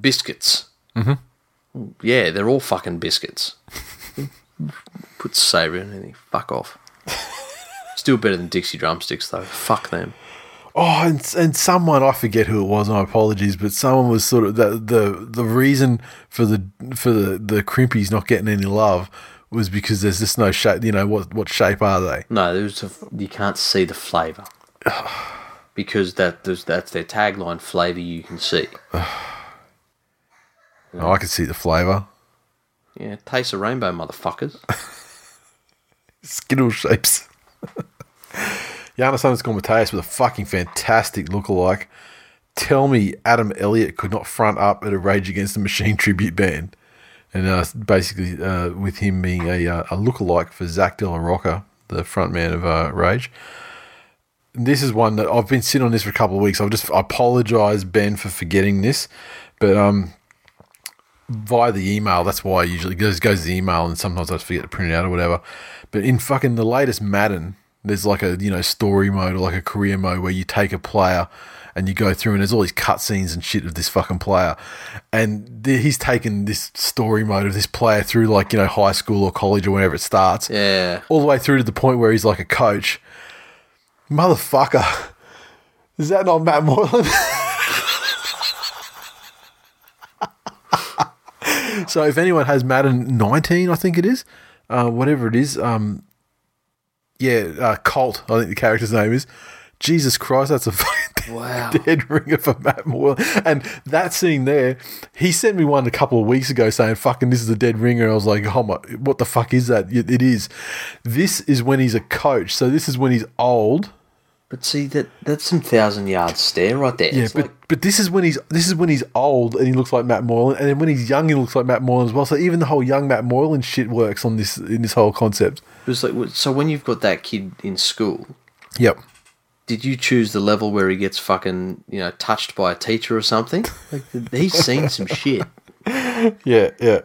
biscuits. Mm-hmm. Yeah, they're all fucking biscuits. Put savour in anything. Fuck off. Still better than Dixie drumsticks though. Fuck them. Oh, and, and someone I forget who it was. My apologies, but someone was sort of the the, the reason for the for the the crimpies not getting any love was because there's just no shape. You know what what shape are they? No, there's a, you can't see the flavour because that there's, that's their tagline: flavour you can see. Oh, I can see the flavour. Yeah, taste a rainbow, motherfuckers. Skittle shapes. Giannis underscore Mateus with a fucking fantastic lookalike. Tell me Adam Elliott could not front up at a Rage Against the Machine tribute band. And uh, basically, uh, with him being a, uh, a lookalike for Zach De La Rocca, the frontman of uh, Rage. This is one that I've been sitting on this for a couple of weeks. I've just I apologise, Ben, for forgetting this. But um, via the email. That's why I usually goes goes to the email, and sometimes I just forget to print it out or whatever. But in fucking the latest Madden, there's like a you know story mode or like a career mode where you take a player and you go through, and there's all these cutscenes and shit of this fucking player, and the, he's taken this story mode of this player through like you know high school or college or whenever it starts, Yeah. all the way through to the point where he's like a coach. Motherfucker, is that not Matt Moylan? so if anyone has Madden 19, I think it is, uh, whatever it is, um, yeah, uh, Colt, I think the character's name is. Jesus Christ, that's a fucking Wow. dead ringer for Matt Moore. And that scene there, he sent me one a couple of weeks ago saying, fucking, this is a dead ringer. And I was like, oh my, what the fuck is that? It it is. This is when he's a coach. So this is when he's old. But see that that's some thousand yard stare right there. Yeah, it's but like, but this is when he's this is when he's old and he looks like Matt Moylan, and then when he's young he looks like Matt Moylan as well. So even the whole young Matt Moylan shit works on this in this whole concept. it was like so when you've got that kid in school, Yep. did you choose the level where he gets fucking you know touched by a teacher or something? Like he's seen some shit. Yeah, yeah.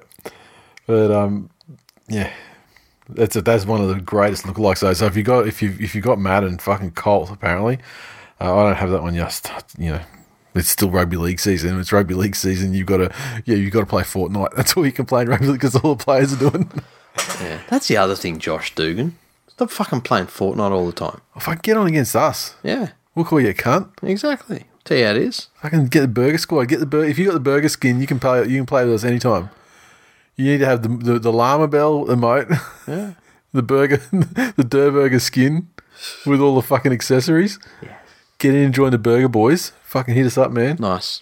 But um, yeah. That's a, that's one of the greatest lookalikes. Though. So if you got if you if you got Madden fucking Colt, apparently, uh, I don't have that one. Just you know, it's still rugby league season. It's rugby league season. You've got to yeah, you've got to play Fortnite. That's all you can play in rugby because all the players are doing. Yeah. That's the other thing, Josh Dugan. Stop fucking playing Fortnite all the time. If I get on against us, Yeah, we'll call you a cunt. exactly. Tell you how it is. Fucking get the burger squad. Get the burger. If you got the burger skin, you can play. You can play with us anytime. You need to have the the, the llama bell emote, yeah. the burger, the der burger skin, with all the fucking accessories. Get in and join the burger boys. Fucking hit us up, man. Nice.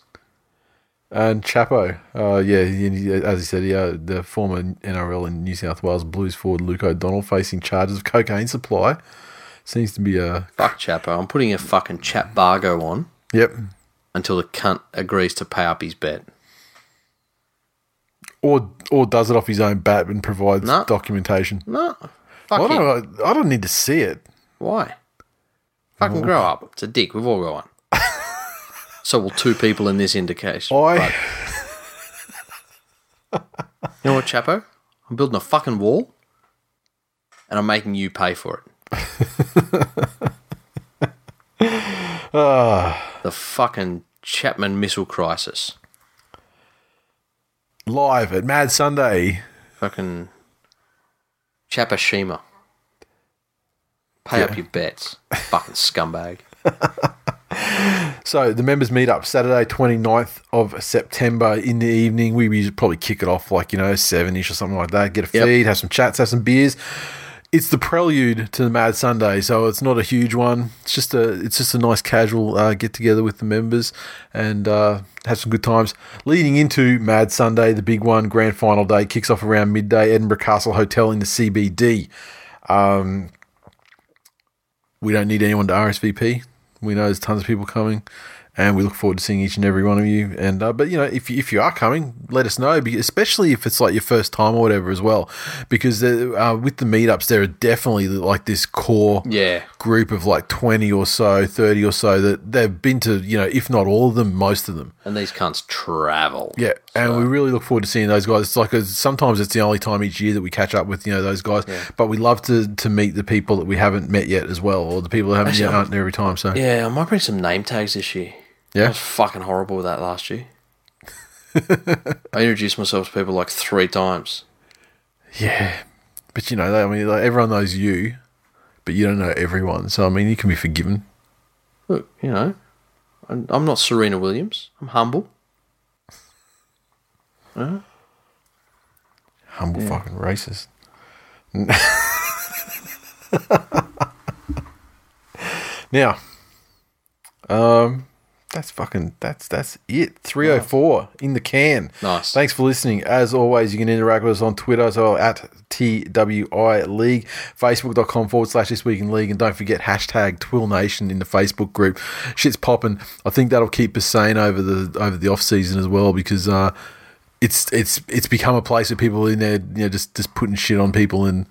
And Chapo, uh, yeah, he- he- as he said, yeah, the former NRL and New South Wales Blues forward Luke O'Donnell facing charges of cocaine supply seems to be uh, a Fuck Chapo. I'm putting a fucking chat bargo on yep until the cunt agrees to pay up his bet. or or does it off his own bat and provides No. documentation. No. I Fuck him. don't, I don't need to see it. Why? Fucking grow up. It's a dick. We've all got one. so will two people in this indication. I You know what, Chapo? I'm building a fucking wall and I'm making you pay for it. the fucking Chapman missile crisis. live at Mad Sunday. Fucking Chapashima. Pay up your bets, fucking scumbag. So the members meet up Saturday 29th of September in the evening. We we probably kick it off like, you know, seven ish or something like that. Get a Yep. feed, have some chats, have some beers. It's the prelude to the Mad Sunday, so it's not a huge one. It's just a it's just a nice casual uh, get together with the members and uh, have some good times. Leading into Mad Sunday, the big one, grand final day kicks off around midday. Edinburgh Castle Hotel in the CBD. We don't need anyone to RSVP. We know there's tons of people coming, and we look forward to seeing each and every one of you. And uh, but you know, if you, if you are coming, let us know, be- especially if it's like your first time or whatever as well, because there- uh, with the meetups, there are definitely like this core Yeah. group of like twenty or so, thirty or so that they've been to. You know, if not all of them, most of them. And these cunts travel. Yeah, and we really look forward to seeing those guys. It's like a, sometimes it's the only time each year that we catch up with you know those guys, but we love to to meet the people that we haven't met yet as well, or the people that haven't yet aren't every time. So Yeah, I might bring some name tags this year. I yeah, was fucking horrible with that last year. I introduced myself to people like three times. yeah. But you know, they- I mean, like, everyone knows you, but you don't know everyone. So I mean, you can be forgiven. Look, you know, I'm, I'm not Serena Williams. I'm humble. Humble fucking racist. now, um, that's fucking that's that's it. Three oh four in the can. Nice. Thanks for listening. As always, you can interact with us on Twitter, so at TWI League, Facebook.com forward slash this week in league, and don't forget hashtag Twill Nation in the Facebook group. Shit's popping. I think that'll keep us sane over the over the off season as well because uh it's it's it's become a place where people are in there, you know, just just putting shit on people and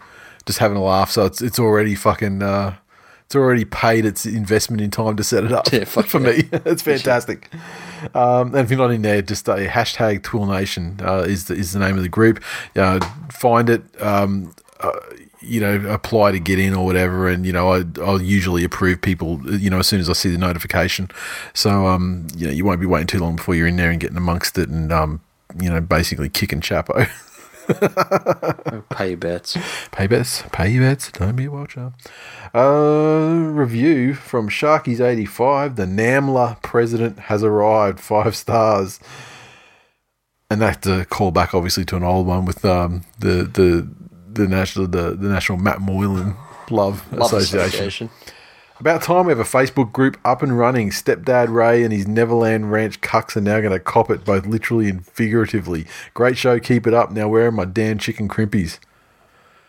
just having a laugh. So it's it's already fucking uh, it's already paid its investment in time to set it up Yeah, fuck for yeah. me. it's fantastic. Um, and if you're not in there, just uh, hashtag Twill Nation uh, is the, is the name of the group. Uh, find it. Um, uh, you know, apply to get in or whatever, and you know, I, I'll usually approve people. You know, as soon as I see the notification, so um, you know, you won't be waiting too long before you're in there and getting amongst it, and um, you know, basically kicking Chapo. Pay your bets. Pay bets, pay bets, don't be a watcher. Uh, review from Sharkies85 The NAMLA president has arrived, five stars. And that's a callback, obviously, to an old one with um, the, the, the, national, the, the National Matt Moylan Love, Love Association. association. About time we have a Facebook group up and running. Stepdad Ray and his Neverland Ranch cucks are now going to cop it both literally and figuratively. Great show, keep it up. Now where are my damn chicken crimpies?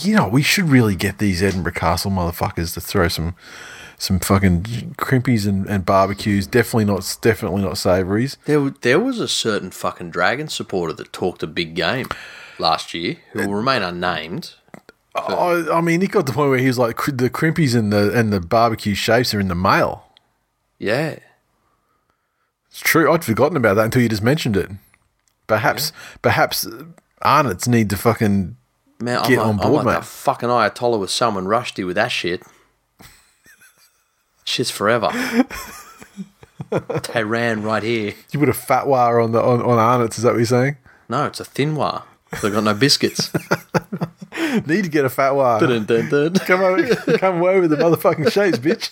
you know we should really get these Edinburgh Castle motherfuckers to throw some some fucking crimpies and, and barbecues. Definitely not definitely not savouries. There, w- there was a certain fucking Dragon supporter that talked a big game last year, who will remain unnamed. I, I mean, he got to the point where he was like, "Cr- the crimpies and the and the barbecue shapes are in the mail. Yeah. It's true. I'd forgotten about uh, that until you just mentioned it. Perhaps, perhaps Arnott's need to fucking Man, I'm Get like, on I'm board, like mate. the fucking Ayatollah with someone rushed you with that shit. Shit's forever. Tehran right here. You put a fatwa on the on, on Arnott's. Is that what you're saying? No, it's a thin wire. They've got no biscuits. Need to get a fatwa. Dun, dun, dun. come over, come away with the motherfucking shapes, bitch.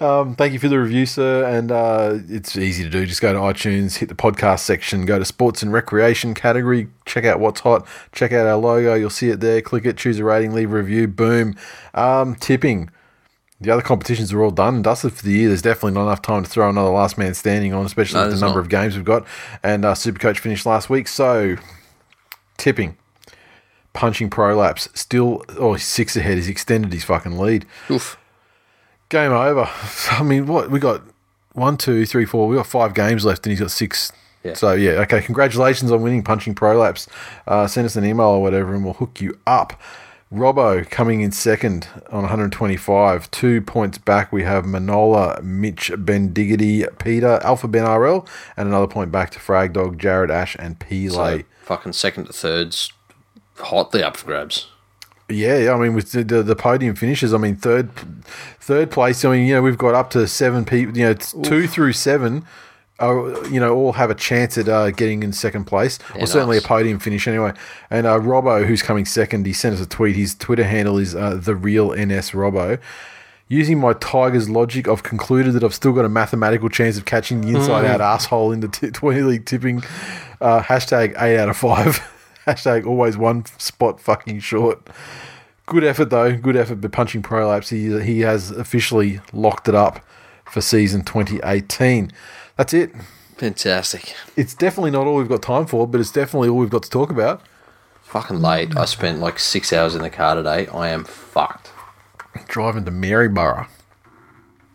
um, thank you for the review, sir. And uh, it's easy to do. Just go to iTunes, hit the podcast section, go to sports and recreation category, check out what's hot, check out our logo. You'll see it there. Click it, choose a rating, leave a review. Boom. Um, tipping. The other competitions are all done and dusted for the year. There's definitely not enough time to throw another last man standing on, especially with there's the number not. of games we've got. And uh, Supercoach finished last week, so tipping punching prolapse. Still, oh, he's six ahead. He's extended his fucking lead. Oof. Game over. I mean, what we got? One, two, three, four. We got five games left, and he's got six. Yeah. So yeah, okay. Congratulations on winning punching prolapse. Uh, send us an email or whatever, and we'll hook you up. Robbo coming in second on 125, two points back. We have Manola, Mitch Bendiggity, Peter, Alpha Ben RL, and another point back to Frag Dog, Jared Ash, and Pele. So, fucking second to third's hotly up for grabs. Yeah, yeah, I mean, with the, the, the podium finishes, I mean, third third place. I mean, you know, we've got up to seven people. You know, it's two through seven. Are, you know, all have a chance at uh, getting in second place, or nice. certainly a podium finish anyway. And uh, Robbo, who's coming second, he sent us a tweet. His Twitter handle is uh, the real NS Robbo. Using my Tigers logic, I've concluded that I've still got a mathematical chance of catching the inside out asshole in the t- 20 league tipping. Uh, hashtag 8 out of 5. hashtag always one spot fucking short. Good effort though. Good effort. But punching prolapse, he he has officially locked it up for season 2018. That's it. Fantastic. It's definitely not all we've got time for, but it's definitely all we've got to talk about. Fucking late. I spent like six hours in the car today. I am fucked. Driving to Maryborough.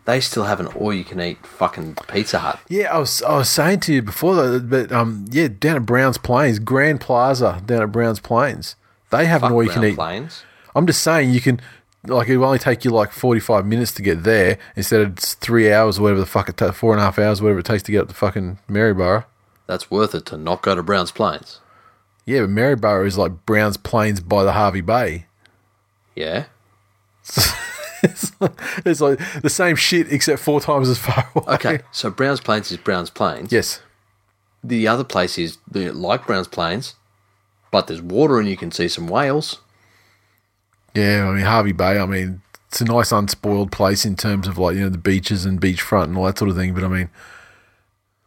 They still have an all you can eat fucking Pizza Hut. Yeah, I was I was saying to you before though, but um, yeah, down at Browns Plains, Grand Plaza down at Browns Plains, they have an Fuck all you can Brown eat. Plains. I'm just saying you can. Like it will only take you like 45 minutes to get there instead of it's three hours or whatever the fuck it ta- four and a half hours whatever it takes to get up to fucking Maryborough. That's worth it to not go to Brown's Plains. Yeah, but Maryborough is like Brown's Plains by the Harvey Bay. Yeah. It's like, it's like the same shit except four times as far away. Okay. So Brown's Plains is Brown's Plains. Yes. The other place is they're like Brown's Plains, but there's water and you can see some whales. Yeah, I mean Harvey Bay. I mean it's a nice unspoiled place in terms of like you know the beaches and beachfront and all that sort of thing. But I mean,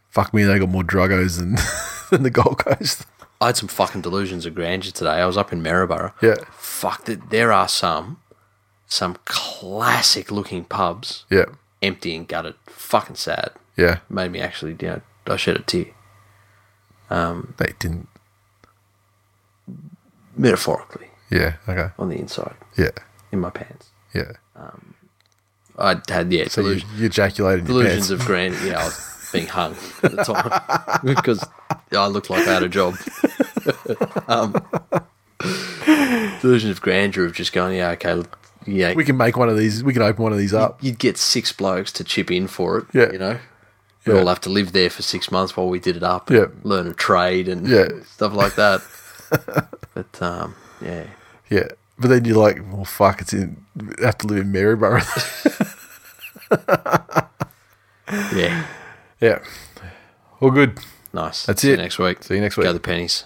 fuck me, they got more druggos than than the Gold Coast. I had some fucking delusions of grandeur today. I was up in Maryborough. Yeah. Fuck that. There are some, some classic looking pubs, Yeah, empty and gutted. Fucking sad. yeah. Made me actually, you know, I shed a tear. They didn't. Metaphorically, Yeah. Okay. on the inside, Yeah. in my pants. Yeah. I had, yeah, So you, delusions. you ejaculated in your delusions pants. of grand. Yeah, I was being hung at the time because I looked like I had a job. um, delusions of grandeur of just going, yeah, okay, look, yeah. we can make one of these. We can open one of these up. you'd get six blokes to chip in for it. Yeah. you know, we all have to live there for six months while we did it up. Yeah. learn a trade and Yeah. stuff like that. but um, yeah, Yeah. But then you're like, well, fuck, it's in. I have to live in Maryborough. yeah, yeah. All good. nice. That's See you it. next week. See you next Go week. the pennies.